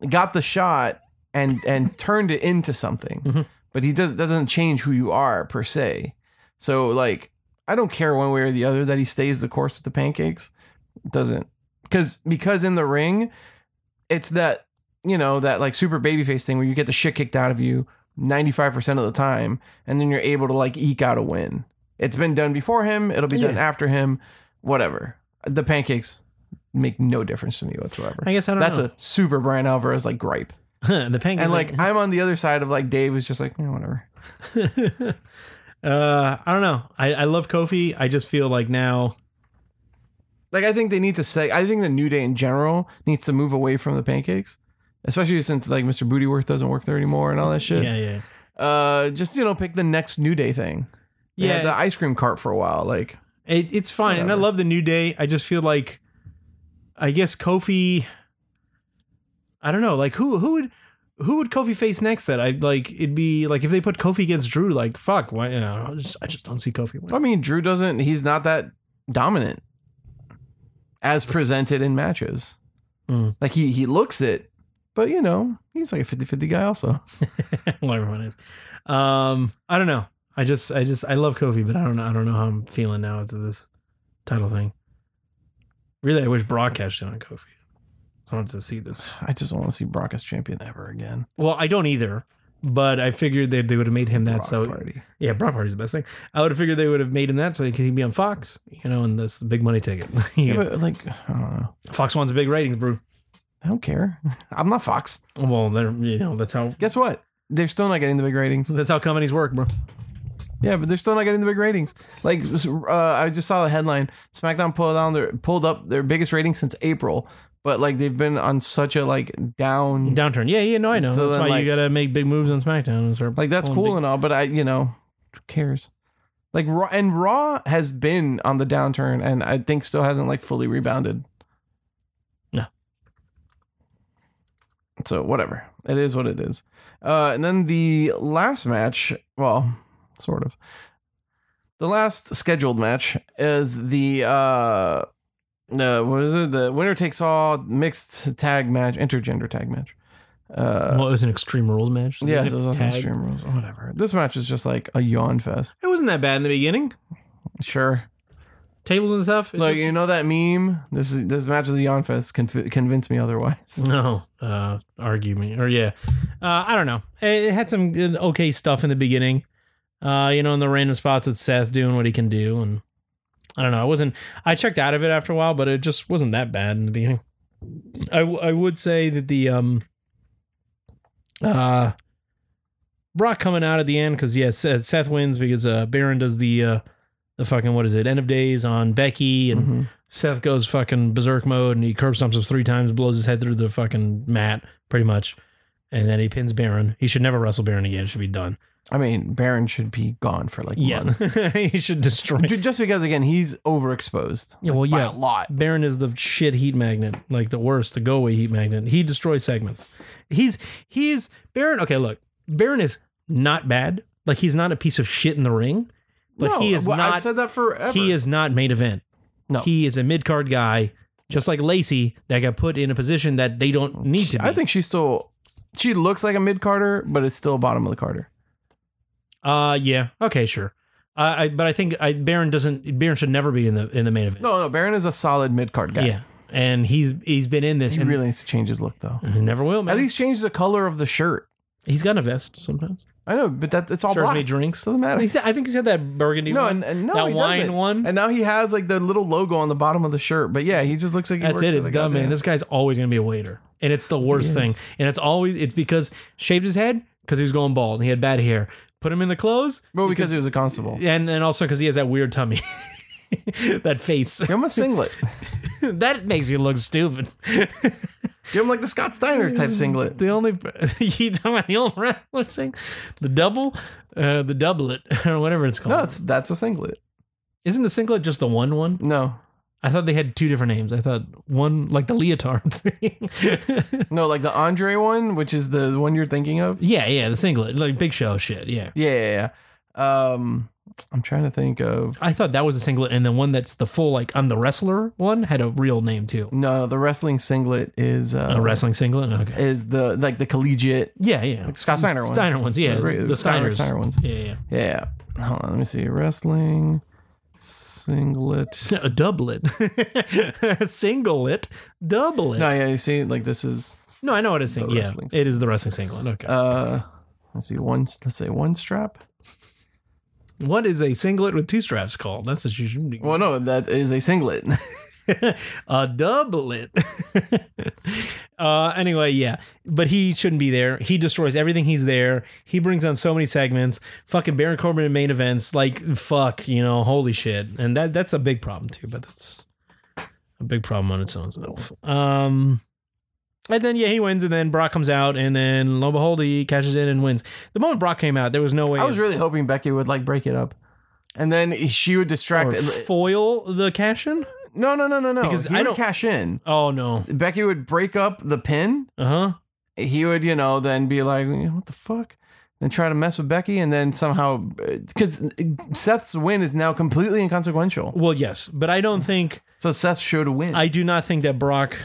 Speaker 2: got the shot and and turned it into something.
Speaker 1: Mhm.
Speaker 2: But he does that doesn't change who you are per se. So like I don't care one way or the other that he stays the course with the pancakes. It doesn't because because in the ring it's that you know that like super babyface thing where you get the shit kicked out of you 95% of the time and then you're able to like eke out a win it's been done before him it'll be done
Speaker 1: Yeah.
Speaker 2: after him whatever the pancakes make no difference to me whatsoever
Speaker 1: I guess I don't
Speaker 2: that's
Speaker 1: know.
Speaker 2: a super brian alvarez like gripe
Speaker 1: the pancake.
Speaker 2: and like i'm on the other side of like dave is just like yeah, whatever
Speaker 1: uh, I don't know. I, I love Kofi. I just feel like now.
Speaker 2: like i think they need to say i think the new day in general needs to move away from the pancakes especially since like mr bootyworth doesn't work there anymore and all that shit
Speaker 1: Yeah, yeah,
Speaker 2: uh just you know pick the next new day thing They
Speaker 1: yeah.
Speaker 2: had the ice cream cart for a while like
Speaker 1: it, it's fine, and I
Speaker 2: Whatever.
Speaker 1: love the new day. I just feel like, I guess Kofi. I don't know. Like who who would who would Kofi face next? That I like. It'd be like if they put Kofi against Drew. Like fuck. Why? You know, I, just, I just don't see Kofi.
Speaker 2: I
Speaker 1: Win.
Speaker 2: mean, Drew doesn't. He's not that dominant as presented in matches.
Speaker 1: Mm.
Speaker 2: Like he he looks it, but you know he's like a 50-50 guy. Also,
Speaker 1: well, everyone is. Um, I don't know. I just, I just, I love Kofi, but I don't know. I don't know how I'm feeling now after this title thing. Really, I wish Brock cashed in on Kofi. I wanted to see this.
Speaker 2: I just don't want to see Brock as champion ever again.
Speaker 1: Well, I don't either. But I figured that they would have made him that
Speaker 2: Brock
Speaker 1: so
Speaker 2: party.
Speaker 1: yeah, Brock Party's the best thing. I would have figured they would have made him that so he could be on Fox, you know, and that's the big money ticket.
Speaker 2: Yeah,
Speaker 1: You know,
Speaker 2: but like I don't know.
Speaker 1: Fox wants big ratings, bro.
Speaker 2: I don't care. I'm not Fox.
Speaker 1: Well, they're you know that's how
Speaker 2: Guess what? They're still not getting the big ratings.
Speaker 1: that's how companies work, bro.
Speaker 2: Yeah, but they're still not getting the big ratings. Like uh, I just saw the headline: SmackDown pulled down their pulled up their biggest rating since April, but like they've been on such a like down.
Speaker 1: Downturn. Yeah, yeah, no, I know.
Speaker 2: Mm. So
Speaker 1: that's why
Speaker 2: then, like-
Speaker 1: you gotta make big moves on SmackDown. and start
Speaker 2: Like that's
Speaker 1: pulling
Speaker 2: cool
Speaker 1: big-
Speaker 2: and all, but I you know who cares. Like Raw and Raw has been on the downturn, and I think still hasn't like fully rebounded.
Speaker 1: No.
Speaker 2: So whatever, it is what it is. Uh, and then the last match, well, sort of. The last scheduled match is the uh, the what is it? The winner takes all mixed tag match, intergender tag match. Uh,
Speaker 1: well, it was an extreme rules match. so they
Speaker 2: yeah,
Speaker 1: didn't
Speaker 2: so it was
Speaker 1: tag.
Speaker 2: also stream
Speaker 1: Oh,
Speaker 2: rules or whatever. This match is just like a yawn fest.
Speaker 1: It wasn't that bad in the beginning.
Speaker 2: Sure.
Speaker 1: Tables and stuff. it
Speaker 2: Like
Speaker 1: just-
Speaker 2: you know that meme. This is this match is a yawn fest. Conf- convince me otherwise.
Speaker 1: No, uh, argue me or yeah, uh, I don't know. It, it had some good, okay stuff in the beginning, uh, you know, in the random spots with Seth doing what he can do, and I don't know. I wasn't. I checked out of it after a while, but it just wasn't that bad in the beginning. I w- I would say that the um, uh, Brock coming out at the end because yeah, Seth, Seth wins because uh Baron does the uh the fucking what is it end of days on Becky and.
Speaker 2: Mhm.
Speaker 1: Seth goes fucking berserk mode and he curb stomps him three times, blows his head through the fucking mat, pretty much. And then he pins Baron. He should never wrestle Baron again. It should be done.
Speaker 2: I mean, Baron should be gone for like
Speaker 1: Yeah.
Speaker 2: months.
Speaker 1: he should destroy.
Speaker 2: Ju- Just because again he's overexposed.
Speaker 1: Yeah, well,
Speaker 2: by
Speaker 1: yeah.
Speaker 2: a lot.
Speaker 1: Baron is the shit heat magnet, like the worst, the go away heat magnet. He destroys segments. He's, he's, Baron, okay, look, Baron is not bad. Like, he's not a piece of shit in the ring, but
Speaker 2: No,
Speaker 1: he is
Speaker 2: well,
Speaker 1: not
Speaker 2: I've said that forever.
Speaker 1: He is not main event.
Speaker 2: No.
Speaker 1: He is a mid card guy, just like Lacey, that got put in a position that they don't need to be.
Speaker 2: Oh, I think she still. She looks like a mid Carter, but it's still bottom of the Carter.
Speaker 1: Uh, yeah. Okay, sure. Uh, I, but I think I, Baron doesn't. Baron should never be in the in the main event.
Speaker 2: No, no, Baron is a solid mid card guy.
Speaker 1: Yeah, and he's he's been in this
Speaker 2: he
Speaker 1: and Mm-hmm.
Speaker 2: really needs to change his look though.
Speaker 1: he never will. Man.
Speaker 2: At least change the color of the shirt.
Speaker 1: he's got a vest sometimes.
Speaker 2: I know, but that it's all
Speaker 1: Serves
Speaker 2: black.
Speaker 1: me drinks.
Speaker 2: Doesn't matter.
Speaker 1: He's, I think he's had that burgundy.
Speaker 2: No,
Speaker 1: one.
Speaker 2: and, and no,
Speaker 1: Mm-hmm. that
Speaker 2: he
Speaker 1: wine
Speaker 2: doesn't.
Speaker 1: one.
Speaker 2: And now he has like the little logo on the bottom of the shirt. But yeah, he just looks like he
Speaker 1: That's
Speaker 2: works
Speaker 1: it.
Speaker 2: at
Speaker 1: It's
Speaker 2: the
Speaker 1: dumb, man.
Speaker 2: goddamn-
Speaker 1: This guy's always gonna be a waiter, and it's the worst
Speaker 2: is.
Speaker 1: thing. And it's always it's because shaved his head because he was going bald and he had bad hair. Put him in the clothes,
Speaker 2: well, because, he was a constable.
Speaker 1: and and also because he has that weird tummy, that face.
Speaker 2: Give him a singlet.
Speaker 1: that makes you look stupid.
Speaker 2: Give him like the Scott Steiner type
Speaker 1: Mm.
Speaker 2: singlet.
Speaker 1: The only you talking about the old wrestler thing, the double, uh, the doublet or whatever it's called.
Speaker 2: No, it's, that's a singlet.
Speaker 1: Isn't the singlet just the one one?
Speaker 2: No,
Speaker 1: I thought they had two different names. I thought one like the leotard thing.
Speaker 2: no, like the Andre one, which is the one you're thinking of.
Speaker 1: yeah, yeah, the singlet, like Big Show shit. Yeah,
Speaker 2: Yeah, yeah, yeah. Um, I'm trying to think of.
Speaker 1: I thought that was the singlet, and the one that's the full like I'm the wrestler one had a real name too.
Speaker 2: No, the wrestling singlet is uh,
Speaker 1: A wrestling singlet. Okay.
Speaker 2: is the like the collegiate
Speaker 1: Yeah, yeah.
Speaker 2: like Scott Steiner one.
Speaker 1: Steiner ones. Yeah,
Speaker 2: Right,
Speaker 1: the,
Speaker 2: Scott Rick
Speaker 1: Steiners.
Speaker 2: Steiner ones.
Speaker 1: Yeah, yeah.
Speaker 2: Yeah. Hold on, let me see. Wrestling singlet.
Speaker 1: A doublet, singlet, doublet.
Speaker 2: No, yeah, you see, like this is
Speaker 1: No, I know what it's saying.
Speaker 2: The
Speaker 1: Yeah,
Speaker 2: wrestling
Speaker 1: it is the wrestling singlet. Okay.
Speaker 2: uh let's see, one let's say one strap.
Speaker 1: what is a singlet with two straps called? That's what you should be.
Speaker 2: Well no, that is a singlet.
Speaker 1: a doublet. uh, anyway, yeah, but he shouldn't be there. He destroys everything. He's there. He brings on so many segments. Fucking Baron Corbin in main events. Like fuck, you know, holy shit. And that that's a big problem too. But that's a big problem on its own self. Um. And then yeah, he wins, and then Brock comes out, and then lo and behold, he cashes in and wins. The moment Brock came out, there was no way.
Speaker 2: I was really hoping Becky would like break it up. And then she would
Speaker 1: or
Speaker 2: distract
Speaker 1: foil the cash in?
Speaker 2: No, no, no, no, no.
Speaker 1: Because
Speaker 2: he
Speaker 1: I
Speaker 2: would
Speaker 1: don't-
Speaker 2: cash in.
Speaker 1: Oh no.
Speaker 2: Becky would break up the pin
Speaker 1: Uh huh.
Speaker 2: he would, you know, then be like, "What the fuck?" and try to mess with Becky, and then somehow, because Seth's win is now completely inconsequential.
Speaker 1: Well, yes, but I don't think
Speaker 2: So Seth should win.
Speaker 1: I do not think that Brock,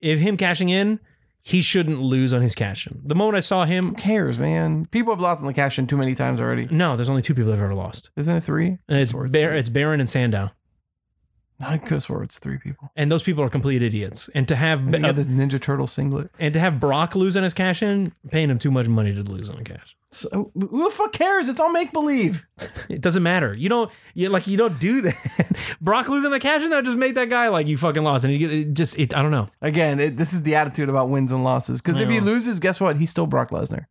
Speaker 1: if him cashing in, he shouldn't lose on his cash in. The moment I saw him,
Speaker 2: Who cares, man? People have lost in the cash in too many times already.
Speaker 1: no, there's only two people that have ever lost.
Speaker 2: Isn't it three?
Speaker 1: And it's
Speaker 2: Swords.
Speaker 1: Bar- it's Baron and Sandow,
Speaker 2: Not Cuss words. Three people.
Speaker 1: and those people are complete idiots. And to have
Speaker 2: And you got this Ninja Turtle singlet.
Speaker 1: and to have Brock lose on his cash in, paying him too much money to lose on cash.
Speaker 2: So, who the fuck cares? It's all make believe.
Speaker 1: It doesn't matter. You don't you like you don't do that. Brock losing the cash in that just made that guy like you fucking lost, and you get it just it, I don't know.
Speaker 2: Again, it, this is the attitude about wins and losses. Because if he
Speaker 1: Yeah.
Speaker 2: loses, guess what? He's still Brock Lesnar.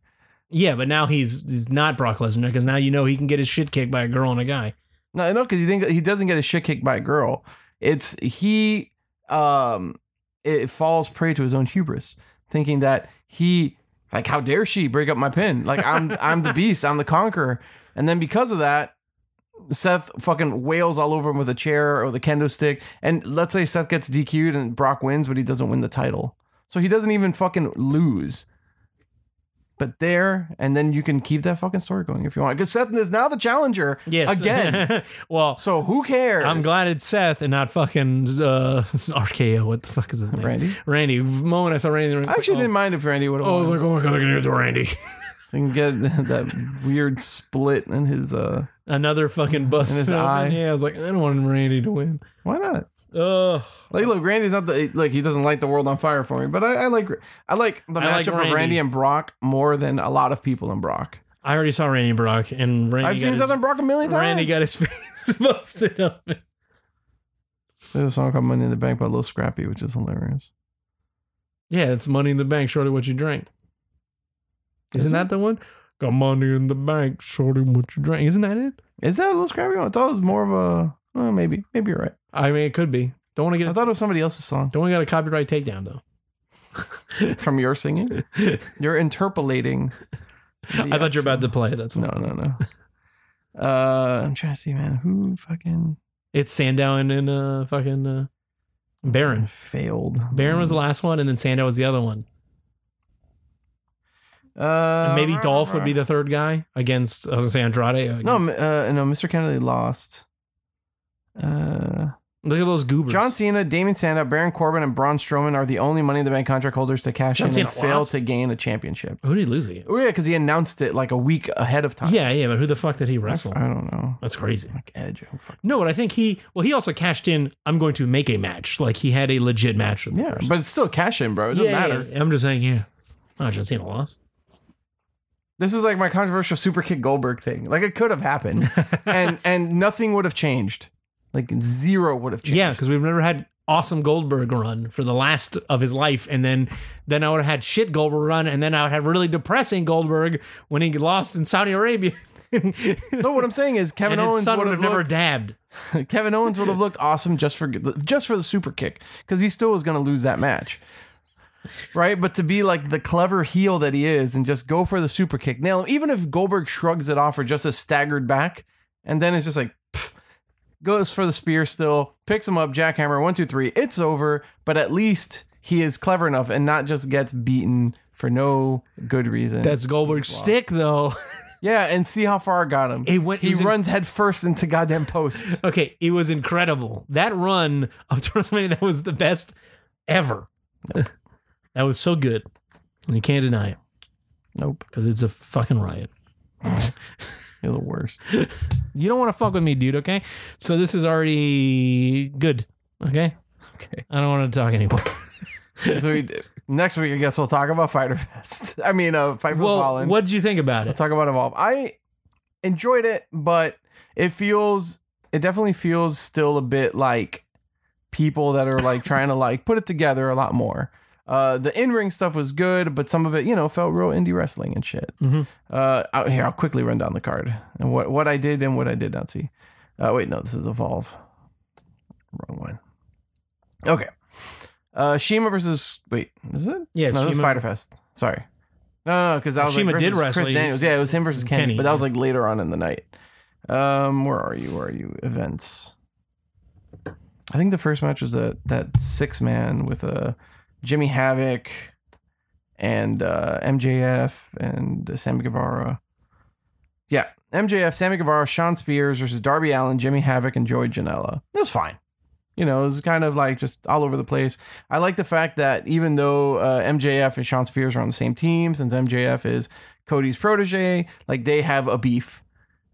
Speaker 1: Yeah, but now he's he's not Brock Lesnar because now you know he can get his shit kicked by a girl and a guy.
Speaker 2: No, no, because you think he doesn't get his shit kicked by a girl. It's he um it falls prey to his own hubris, thinking that he like how dare she break up my pin? Like I'm I'm the beast, I'm the conqueror. And then because of that, Seth fucking wails all over him with a chair or the kendo stick. And let's say Seth gets DQ'd and Brock wins, but he doesn't win the title. So he doesn't even fucking lose. But there, and then you can keep that fucking story going if you want. Because Seth is now the challenger
Speaker 1: Yes,
Speaker 2: again.
Speaker 1: well,
Speaker 2: So who cares?
Speaker 1: I'm glad it's Seth and not fucking uh, RKO. What the fuck is his name?
Speaker 2: Randy.
Speaker 1: Randy. The moment I saw Randy,
Speaker 2: I actually didn't mind if Randy would have.
Speaker 1: Oh, I was
Speaker 2: Oh,
Speaker 1: like, oh my god, I can hear the Randy.
Speaker 2: can get that weird split in his. uh
Speaker 1: Another fucking
Speaker 2: And
Speaker 1: bust.
Speaker 2: his eye.
Speaker 1: Yeah, I was like, I don't want Randy to win.
Speaker 2: Why not?
Speaker 1: Ugh.
Speaker 2: Like, look, Randy's not the like he doesn't light the world on fire for me, but I, I like I like the
Speaker 1: I like
Speaker 2: matchup of Randy
Speaker 1: Randy.
Speaker 2: and Brock more than a lot of people in Brock.
Speaker 1: I already saw Randy Brock and Randy.
Speaker 2: I've
Speaker 1: got
Speaker 2: seen
Speaker 1: his-
Speaker 2: Seth and Brock a million times.
Speaker 1: Randy got his face busted up.
Speaker 2: There's a song called "Money in the Bank" by Lil Scrappy, which is hilarious.
Speaker 1: Yeah, it's money in the bank, shorty what you drink. Isn't
Speaker 2: Is it?
Speaker 1: that the one? Got money in the bank, shorty what you drink. Isn't that it?
Speaker 2: Is that a Lil Scrappy? one? I thought it was more of a. Well, maybe, maybe you're right.
Speaker 1: I mean it could be. Don't wanna get
Speaker 2: I thought it was somebody else's song
Speaker 1: don't wanna get a copyright takedown though.
Speaker 2: from your singing. You're interpolating.
Speaker 1: I thought you were about to play it, that's why.
Speaker 2: No, no, no. Uh, I'm trying to see, man, who fucking
Speaker 1: It's Sandow and, and uh fucking uh Baron.
Speaker 2: failed.
Speaker 1: Baron was the last one and then Sandow was the other one.
Speaker 2: Uh,
Speaker 1: And maybe Dolph would be the third guy against I was gonna say Andrade. Against,
Speaker 2: no. m- Uh, no, Mr. Kennedy lost. Uh,
Speaker 1: look at those goobers.
Speaker 2: John Cena, Damon Sandow, Baron Corbin, and Braun Strowman are the only Money in the Bank contract holders to cash
Speaker 1: John
Speaker 2: in
Speaker 1: Cena
Speaker 2: and fail
Speaker 1: lost?
Speaker 2: to gain a championship.
Speaker 1: Who did he lose against?
Speaker 2: Oh yeah, because he announced it like a week ahead of time.
Speaker 1: Yeah, yeah, but who the fuck did he
Speaker 2: I, f-
Speaker 1: wrestle?
Speaker 2: I don't know.
Speaker 1: That's crazy.
Speaker 2: Like Edge. who fuck-
Speaker 1: No, but I think he well he also cashed in. I'm going to make a match. Like he had a legit match. With the
Speaker 2: Yeah,
Speaker 1: person.
Speaker 2: but it's still cash in, bro. It doesn't
Speaker 1: Yeah,
Speaker 2: matter.
Speaker 1: yeah, yeah. I'm just saying. Yeah, oh, John Cena lost.
Speaker 2: This is like my controversial super kick Goldberg thing. Like it could have happened, and and nothing would have changed. Like zero would have changed.
Speaker 1: Yeah, because we've never had awesome Goldberg run for the last of his life, and then then I would have had shit Goldberg run, and then I would have really depressing Goldberg when he lost in Saudi Arabia. and
Speaker 2: No, what I'm saying is Kevin
Speaker 1: his
Speaker 2: Owens
Speaker 1: son
Speaker 2: would
Speaker 1: would have never
Speaker 2: looked,
Speaker 1: dabbed.
Speaker 2: Kevin Owens would have looked awesome just for just for the super kick because he still was going to lose that match, right? But to be like the clever heel that he is and just go for the super kick, nail him. Even if Goldberg shrugs it off or just is staggered back, and then it's just like. pff, Goes for the spear still, picks him up, jackhammer, one, two, three, it's over, but at least he is clever enough and not just gets beaten for no good reason.
Speaker 1: That's Goldberg's
Speaker 2: lost.
Speaker 1: stick, though.
Speaker 2: yeah, and see how far it got him.
Speaker 1: It went- it
Speaker 2: he
Speaker 1: was in-
Speaker 2: runs headfirst into goddamn posts.
Speaker 1: okay, it was incredible. That run of to WrestleMania that was the best ever. that was so good, and you can't deny it
Speaker 2: Nope.
Speaker 1: because it's a fucking riot.
Speaker 2: You're the worst.
Speaker 1: You don't want to fuck with me, dude. Okay, so this is already good. Okay,
Speaker 2: Okay.
Speaker 1: I don't want to talk anymore.
Speaker 2: so we, next week, I guess we'll talk about Fighter Fest. I mean, uh, Fight for the
Speaker 1: well,
Speaker 2: Fallen.
Speaker 1: what did you think about
Speaker 2: We'll
Speaker 1: it?
Speaker 2: talk about Evolve. I enjoyed it, but it feels, it definitely feels still a bit like people that are like trying to like put it together a lot more. Uh, the in ring stuff was good, but some of it, you know, felt real indie wrestling and shit.
Speaker 1: Mhm.
Speaker 2: Uh, out here, I'll quickly run down the card and what what I did and what I did not see. Uh, wait, no, this is Evolve. Wrong one. Okay. Uh, Shima versus wait, is it?
Speaker 1: Yeah,
Speaker 2: no, this is
Speaker 1: Shima-
Speaker 2: Fighter Fest. Sorry. No, no, because I was
Speaker 1: Shima
Speaker 2: like
Speaker 1: did
Speaker 2: versus
Speaker 1: wrestle.
Speaker 2: Chris Daniels. Yeah, it was him versus Kenny,
Speaker 1: Kenny,
Speaker 2: but that was like later on in the night. Um, where are you? Where are you? Events. I think the first match was that that six man with a Jimmy Havoc, uh, and uh, MJF and uh, Sammy Guevara. Yeah, MJF, Sammy Guevara, Sean Spears versus Darby Allen, Jimmy Havoc, and Joey Janela. It was fine. You know, it was kind of like just all over the place. I like the fact that even though uh, MJF and Sean Spears are on the same team, since MJF is Cody's protege, like they have a beef,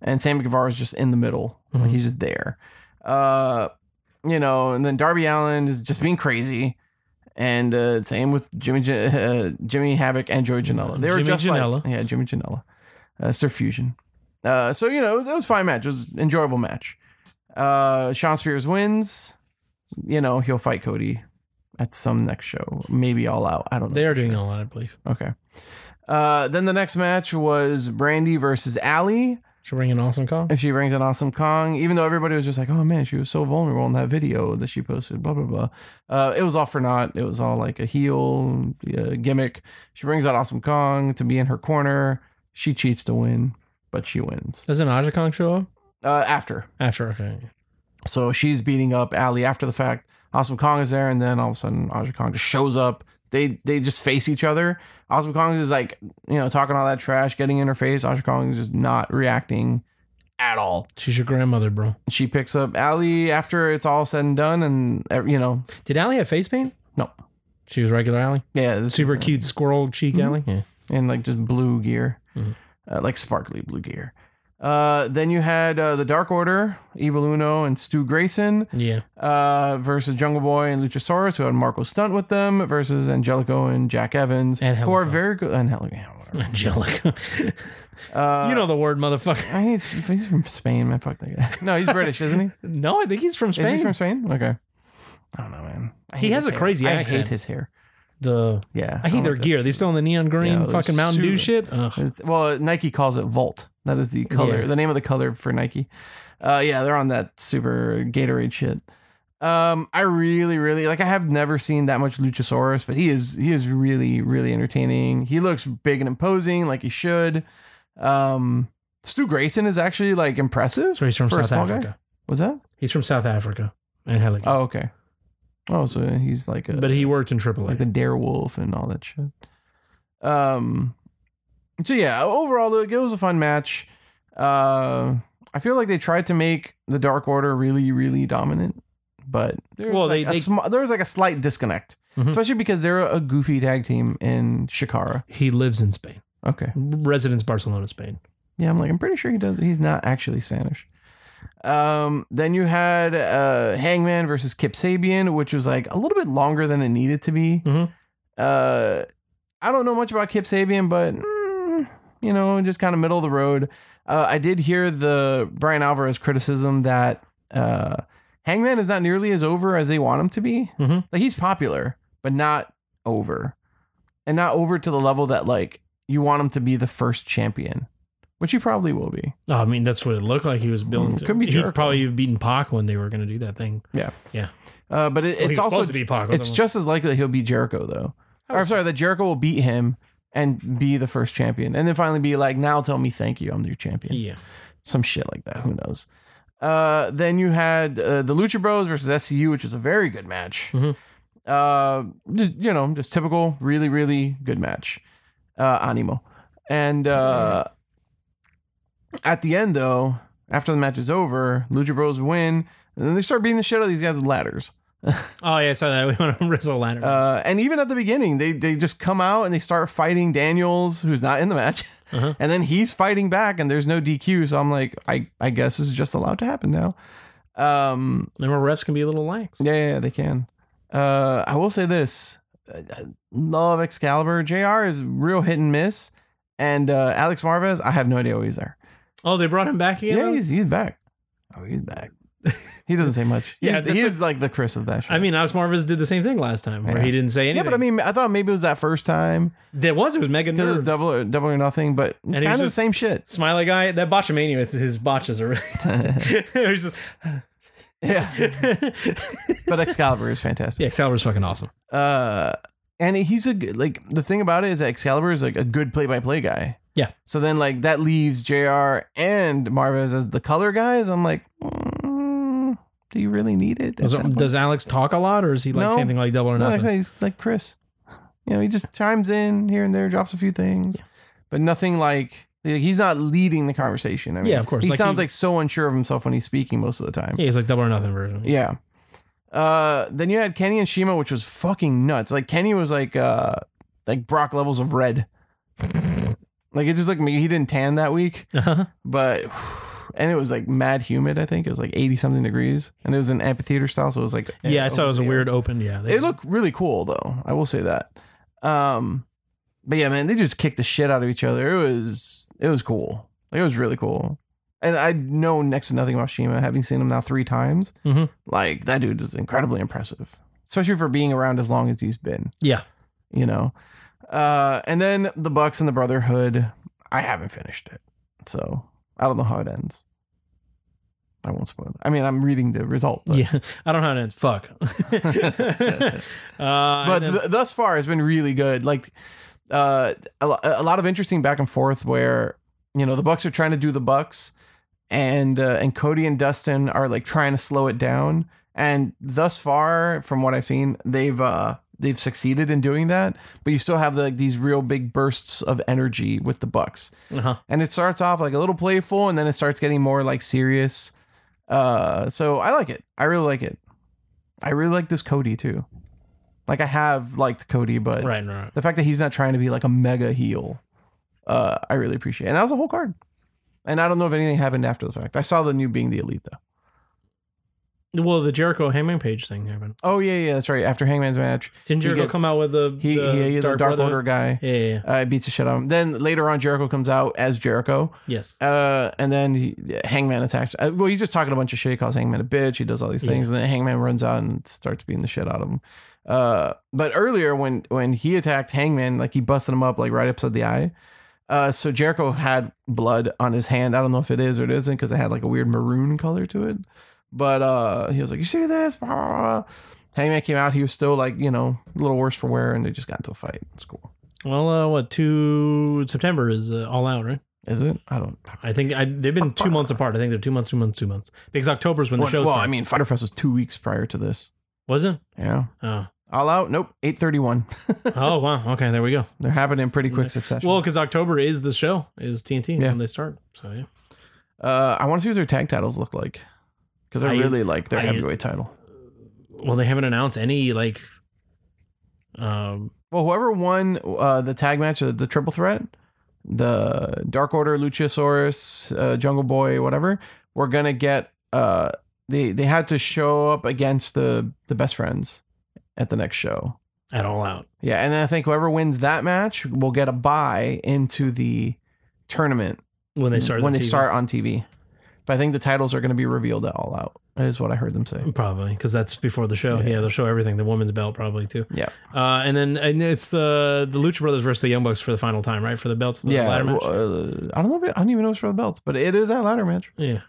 Speaker 2: and Sammy Guevara is just in the middle. Like
Speaker 1: Mhm.
Speaker 2: he's just there. Uh, you know, and then Darby Allen is just being crazy. And uh, same with Jimmy Ja- uh, Jimmy Havoc and Joey Janela. They were
Speaker 1: Jimmy
Speaker 2: just
Speaker 1: Janela.
Speaker 2: like yeah, Jimmy Janela, uh, Sir Fusion. Uh, so you know, it was, it was a fine match. It was an enjoyable match. Uh, Sean Spears wins. You know, he'll fight Cody at some next show, maybe All Out. I don't know.
Speaker 1: They are
Speaker 2: for
Speaker 1: doing
Speaker 2: sure.
Speaker 1: all that, I believe.
Speaker 2: Okay. Uh, then the next match was Brandy versus Allie.
Speaker 1: Should bring an awesome call.
Speaker 2: And she brings an awesome Kong, even though everybody was just like, oh man, she was so vulnerable in that video that she posted, blah, blah, blah. Uh, it was all for naught. It was all like a heel uh, gimmick. She brings out awesome Kong to be in her corner. She cheats to win, but she wins
Speaker 1: Doesn't Aja Kong show up
Speaker 2: uh, after.
Speaker 1: after? Okay,
Speaker 2: So she's beating up Ali after the fact. Awesome Kong is there, and then all of a sudden, Aja Kong just shows up. They they just face each other. Awesome Kong is like, you know, talking all that trash, getting in her face. Aja Kong is just not reacting at all.
Speaker 1: she's your grandmother, bro.
Speaker 2: She picks up Ali after it's all said and done, and uh, you know,
Speaker 1: Did Allie have face paint?
Speaker 2: No.
Speaker 1: She was regular Allie.
Speaker 2: yeah, this
Speaker 1: Super
Speaker 2: is-
Speaker 1: cute squirrel cheek
Speaker 2: Mhm.
Speaker 1: Allie. Yeah.
Speaker 2: and like just blue gear,
Speaker 1: Mhm.
Speaker 2: uh, like sparkly blue gear. Uh, then you had uh, the Dark Order, Evil Uno, and Stu Grayson
Speaker 1: Yeah.
Speaker 2: uh, versus Jungle Boy and Luchasaurus, who had Marco Stunt with them, versus Angelico and Jack Evans,
Speaker 1: And
Speaker 2: who are
Speaker 1: Helico.
Speaker 2: very good. And Helico, yeah, whatever.
Speaker 1: Angelica.
Speaker 2: Uh,
Speaker 1: you know the word, motherfucker.
Speaker 2: he's he's from Spain, man. Fuck that guy. No, he's British, isn't he?
Speaker 1: No, I think he's from Spain.
Speaker 2: Is he from Spain? Okay. I don't know, man. I
Speaker 1: He
Speaker 2: hate
Speaker 1: has
Speaker 2: his
Speaker 1: a
Speaker 2: hair.
Speaker 1: crazy
Speaker 2: I
Speaker 1: accent.
Speaker 2: hate his hair.
Speaker 1: the
Speaker 2: Yeah,
Speaker 1: I hate
Speaker 2: don't
Speaker 1: their
Speaker 2: like
Speaker 1: gear.
Speaker 2: this.
Speaker 1: They still in the neon green
Speaker 2: Yeah, they're
Speaker 1: fucking Mountain Dew
Speaker 2: super-
Speaker 1: shit. Ugh.
Speaker 2: It's- well, Nike calls it Volt. That is the color,
Speaker 1: Yeah.
Speaker 2: the name of the color for Nike. Uh, yeah, they're on that super Gatorade shit. Um, I really, really like. I have never seen that much Luchasaurus, but he is he is really, really entertaining. He looks big and imposing, like he should. Um, Stu Grayson is actually like impressive.
Speaker 1: So he's from
Speaker 2: for a
Speaker 1: South
Speaker 2: small guy?
Speaker 1: Africa.
Speaker 2: Was that?
Speaker 1: He's from South Africa. Angelica.
Speaker 2: Oh, okay. Oh, so he's like a
Speaker 1: but he worked in AAA.
Speaker 2: like the Darewolf and all that shit. Um, so yeah, overall look, it was a fun match. Uh, I feel like they tried to make the Dark Order really, really dominant, but there's
Speaker 1: Well,
Speaker 2: like
Speaker 1: they-
Speaker 2: a
Speaker 1: they-
Speaker 2: sm- there was like a slight disconnect,
Speaker 1: Mhm.
Speaker 2: especially because they're a goofy tag team in Shikara.
Speaker 1: he lives in Spain.
Speaker 2: Okay,
Speaker 1: Residence Barcelona, Spain.
Speaker 2: yeah, I'm like I'm pretty sure he does. He's not actually Spanish. Um, then you had uh, Hangman versus Kip Sabian, which was like a little bit longer than it needed to be.
Speaker 1: Mhm.
Speaker 2: Uh, I don't know much about Kip Sabian, but mm, you know, just kind of middle of the road. Uh, I did hear the Brian Alvarez criticism that uh, Hangman is not nearly as over as they want him to be.
Speaker 1: Mhm.
Speaker 2: Like he's popular, but not over, and not over to the level that like you want him to be the first champion, which he probably will be.
Speaker 1: Oh, I mean, that's what it looked like he was building.
Speaker 2: Mm,
Speaker 1: to.
Speaker 2: could be
Speaker 1: He'd
Speaker 2: Jericho.
Speaker 1: probably have beaten Pac when they were going to do that thing.
Speaker 2: Uh, but
Speaker 1: Well,
Speaker 2: it,
Speaker 1: he
Speaker 2: it's
Speaker 1: was
Speaker 2: also
Speaker 1: supposed to be Pac.
Speaker 2: it's just as likely that he'll beat Jericho though. Or, I'm sorry, that Jericho will beat him and be the first champion, and then finally be like, now tell me thank you, I'm your champion.
Speaker 1: Yeah.
Speaker 2: some shit like that. Who knows? Uh, then you had uh, the Lucha Bros versus SCU, which was a very good match.
Speaker 1: Mhm.
Speaker 2: Uh, just you know, just typical, really, really good match. Uh, Animo, and uh, at the end though, after the match is over, Lucha Bros win, and then they start beating the shit out of these guys with ladders.
Speaker 1: Oh yeah, I saw that. We went on Rizzo Ladder.
Speaker 2: Uh, and even at the beginning, they they just come out and they start fighting Daniels, who's not in the match,
Speaker 1: Uh-huh.
Speaker 2: and then he's fighting back, and there's no DQ. So I'm like, I I guess this is just allowed to happen now. Um,
Speaker 1: Remember, refs can be a little lax.
Speaker 2: yeah, yeah, yeah, they can. Uh, I will say this: I I love Excalibur. Jr. is real hit and miss, and uh, Alex Marvez, I have no idea why he's there.
Speaker 1: Oh, they brought him back again.
Speaker 2: Yeah,
Speaker 1: though?
Speaker 2: he's he's back. Oh, he's back. he doesn't say much.
Speaker 1: Yeah,
Speaker 2: He's-
Speaker 1: that's
Speaker 2: he is like the Chris of that show.
Speaker 1: I mean, Alex Marvis did the same thing last time, where
Speaker 2: Yeah.
Speaker 1: he didn't say anything.
Speaker 2: yeah, but I mean, I thought maybe it was that first time.
Speaker 1: there was it was Megan
Speaker 2: Because
Speaker 1: nerves.
Speaker 2: it's double or, double or nothing, but
Speaker 1: he
Speaker 2: kind
Speaker 1: was
Speaker 2: of the
Speaker 1: just-
Speaker 2: same shit.
Speaker 1: Smiley guy, that botchamania with his botches are really. he's just,
Speaker 2: yeah, but Excalibur is fantastic.
Speaker 1: yeah, Excalibur's fucking awesome.
Speaker 2: Uh, and he's a good, like the thing about it is that Excalibur is like a good play by play guy.
Speaker 1: Yeah.
Speaker 2: So then like that leaves Jr. and Marvez as the color guys. I'm like, mm, do you really need it? at
Speaker 1: Does,
Speaker 2: that point?
Speaker 1: does Alex talk a lot, or is he like
Speaker 2: No.
Speaker 1: something like double or
Speaker 2: no, like,
Speaker 1: nothing?
Speaker 2: he's like Chris. You know, he just chimes in here and there, drops a few things, but nothing like like, he's not leading the conversation. I mean,
Speaker 1: Yeah, of course.
Speaker 2: He
Speaker 1: Like,
Speaker 2: sounds
Speaker 1: he-
Speaker 2: like so unsure of himself when he's speaking most of the time.
Speaker 1: Yeah, he's like double or nothing version.
Speaker 2: Yeah. Uh, then you had Kenny and Shima, which was fucking nuts. Like Kenny was like uh like Brock levels of red. like it just like me. He didn't tan that week,
Speaker 1: Uh-huh.
Speaker 2: but and it was like mad humid. I think it was like eighty something degrees, and it was an amphitheater style, so it was like
Speaker 1: Yeah, I thought it was a
Speaker 2: air.
Speaker 1: weird open. Yeah, they-
Speaker 2: It looked really cool though. I will say that. Um, but yeah, man, they just kicked the shit out of each other. It was it was cool. Like, it was really cool. And I know next to nothing about Shima, having seen him now three times.
Speaker 1: Mhm.
Speaker 2: Like that dude is incredibly impressive, especially for being around as long as he's been.
Speaker 1: Yeah,
Speaker 2: You know. Uh, and then the Bucks and the Brotherhood. I haven't finished it, so I don't know how it ends. I won't spoil it. I mean, I'm reading the result. But,
Speaker 1: yeah. I don't know how to fuck. uh,
Speaker 2: but
Speaker 1: but
Speaker 2: th- thus far it's been really good like uh a, lo- a lot of interesting back and forth where you know the bucks are trying to do the bucks and uh, and cody and dustin are like trying to slow it down and thus far from what i've seen they've uh they've succeeded in doing that but you still have like these real big bursts of energy with the bucks
Speaker 1: uh-huh.
Speaker 2: and it starts off like a little playful and then it starts getting more like serious uh so i like it i really like it i really like this cody too like i have liked cody but
Speaker 1: right, right.
Speaker 2: the fact that he's not trying to be like a mega heel uh i really appreciate and that was a whole card and i don't know if anything happened after the fact i saw the new being the elite though
Speaker 1: Well, the Jericho Hangman Page thing happened.
Speaker 2: oh yeah yeah that's right after hangman's match
Speaker 1: Didn't
Speaker 2: He
Speaker 1: Jericho
Speaker 2: gets-
Speaker 1: come out with the
Speaker 2: he
Speaker 1: the
Speaker 2: he, he's a dark
Speaker 1: Brotherhood?
Speaker 2: order guy
Speaker 1: Yeah, yeah, yeah.
Speaker 2: uh, beats the shit out of him then later on jericho comes out as jericho
Speaker 1: yes.
Speaker 2: Uh, and then he, Hangman attacks. Uh, well, he's just talking a bunch of shit. He calls Hangman a bitch. He does all these things, and then Hangman runs out and starts beating the shit out of him. Uh, but earlier when when he attacked Hangman, like he busted him up like right upside the eye. Uh, so Jericho had blood on his hand. I don't know if it is or it isn't because it had like a weird maroon color to it. But uh, he was like, "You see this?" Blah, blah, blah. Hangman came out. He was still like you know a little worse for wear, and they just got into a fight. It's cool.
Speaker 1: Well, uh, what two September is uh, all out, right?
Speaker 2: Is it? I don't.
Speaker 1: I think I, they've been two months apart. I think they're two months, two months, two months. Because October's when the
Speaker 2: Well,
Speaker 1: show.
Speaker 2: well I
Speaker 1: starts.
Speaker 2: mean, Fighter Fest was two weeks prior to this.
Speaker 1: was it?
Speaker 2: Yeah.
Speaker 1: Oh,
Speaker 2: All out? Nope. 831.
Speaker 1: oh wow. Okay, there we go.
Speaker 2: They're happening in pretty quick succession.
Speaker 1: Well, because October is the show is TNT
Speaker 2: Yeah.
Speaker 1: when they start. So yeah.
Speaker 2: uh, I want to see what their tag titles look like. Because I,
Speaker 1: I-
Speaker 2: really like their
Speaker 1: I-
Speaker 2: heavyweight title.
Speaker 1: Well, they haven't announced any like. Um.
Speaker 2: Well, whoever won uh, the tag match, uh, the triple threat, the Dark Order, Luchasaurus, uh, Jungle Boy, whatever, we're going to get. Uh, they, they had to show up against the, the best friends at the next show.
Speaker 1: At all out.
Speaker 2: Yeah, and then I think whoever wins that match will get a buy into the tournament
Speaker 1: When they start.
Speaker 2: Mm, when
Speaker 1: the
Speaker 2: they
Speaker 1: TV.
Speaker 2: start on TV. But I think the titles are going to be revealed at All Out. Is what I heard them say.
Speaker 1: Probably because that's before the show.
Speaker 2: Yeah.
Speaker 1: Yeah. they'll show everything. The women's belt probably too.
Speaker 2: Yeah.
Speaker 1: Uh, and then and it's the the Lucha Brothers versus the Young Bucks for the final time, right? For the belts. The
Speaker 2: yeah,
Speaker 1: ladder match?
Speaker 2: well, uh, I don't know. If it, I don't even know if it's for the belts, but it is that ladder match.
Speaker 1: yeah.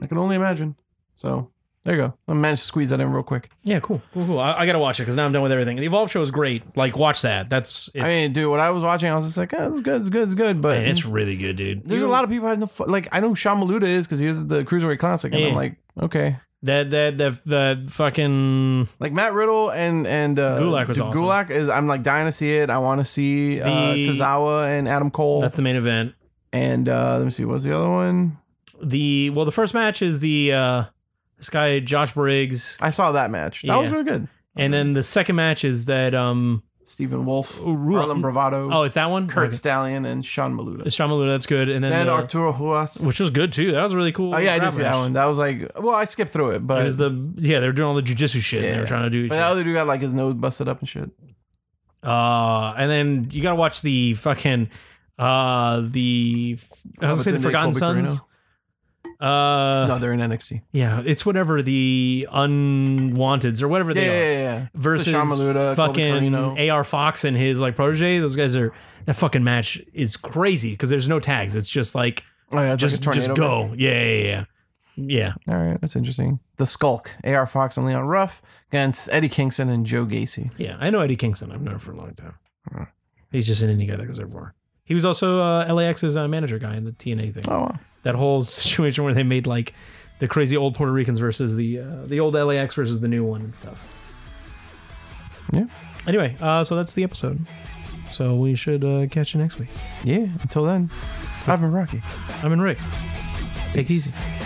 Speaker 2: I can only imagine. So there you go. I managed to squeeze that in real quick.
Speaker 1: Yeah. Cool. Cool. cool. I, I gotta watch it because now I'm done with everything. The Evolve show is great. Like watch that. That's. It's,
Speaker 2: I mean, dude, what I was watching, I was just like, oh, it's good, it's good, it's good. But
Speaker 1: man, it's really good, dude.
Speaker 2: there's a lot of people I have no fu- like. I know Sean Maluda is because he was the Cruiserweight Classic, and
Speaker 1: Yeah.
Speaker 2: I'm like, okay,
Speaker 1: that that that that fucking
Speaker 2: like Matt Riddle and and uh,
Speaker 1: Gulak was awesome.
Speaker 2: Gulak is. I'm like dying to see it. I want to see uh,
Speaker 1: The-
Speaker 2: Tozawa and Adam Cole.
Speaker 1: that's the main event.
Speaker 2: and uh, let me see, what's the other one?
Speaker 1: The well, the first match is the uh this guy Josh Briggs,
Speaker 2: I saw that match. That
Speaker 1: Yeah.
Speaker 2: was really good.
Speaker 1: and then the second match is that um
Speaker 2: Stephen Wolf,
Speaker 1: Ooh, Ru-
Speaker 2: Harlem Bravado,
Speaker 1: oh, it's that one.
Speaker 2: Kurt Stallion, and Sean Maluda.
Speaker 1: Shamalu, that's good, and then,
Speaker 2: Then
Speaker 1: the-
Speaker 2: Arturo Huas.
Speaker 1: which was good too. That was really cool.
Speaker 2: oh yeah, I did
Speaker 1: grab
Speaker 2: see that
Speaker 1: match.
Speaker 2: one. That was like, well, I skipped through it,
Speaker 1: it
Speaker 2: but
Speaker 1: was the yeah they were doing all the jujitsu shit. and They
Speaker 2: Yeah.
Speaker 1: were trying to do.
Speaker 2: but
Speaker 1: shit.
Speaker 2: the other dude got like his nose busted up and shit.
Speaker 1: Uh, and then you gotta watch the fucking uh the I was gonna say the
Speaker 2: Albertine,
Speaker 1: Forgotten
Speaker 2: Colby
Speaker 1: Sons. Uh,
Speaker 2: no, they're in NXT.
Speaker 1: yeah, it's whatever the Unwanteds or whatever
Speaker 2: Yeah,
Speaker 1: they
Speaker 2: yeah,
Speaker 1: are.
Speaker 2: yeah, yeah. So
Speaker 1: versus
Speaker 2: Sean Maluda, Colby
Speaker 1: fucking
Speaker 2: Carino.
Speaker 1: AR Fox and his like protege. Those guys are that fucking match is crazy because there's no tags. It's just like
Speaker 2: Oh, yeah, it's like
Speaker 1: just
Speaker 2: a tornado
Speaker 1: just go. Yeah, yeah, yeah. Yeah.
Speaker 2: bit. All right, that's interesting. The Skulk, AR Fox and Leon Ruff against Eddie Kingston and Joe Gacy.
Speaker 1: Yeah. I know Eddie Kingston. I've known him for a long time.
Speaker 2: Hmm.
Speaker 1: He's just an indie guy that goes everywhere. He was also uh, LAX's uh, manager guy in the TNA thing.
Speaker 2: Oh, wow.
Speaker 1: That whole situation where they made like the crazy old Puerto Ricans versus the uh, the old LAX versus the new one and stuff.
Speaker 2: Yeah.
Speaker 1: Anyway, uh, so that's the episode. So we should uh, catch you next week.
Speaker 2: Yeah. Until then, I've been Rocky.
Speaker 1: I've been Rick. Take it easy.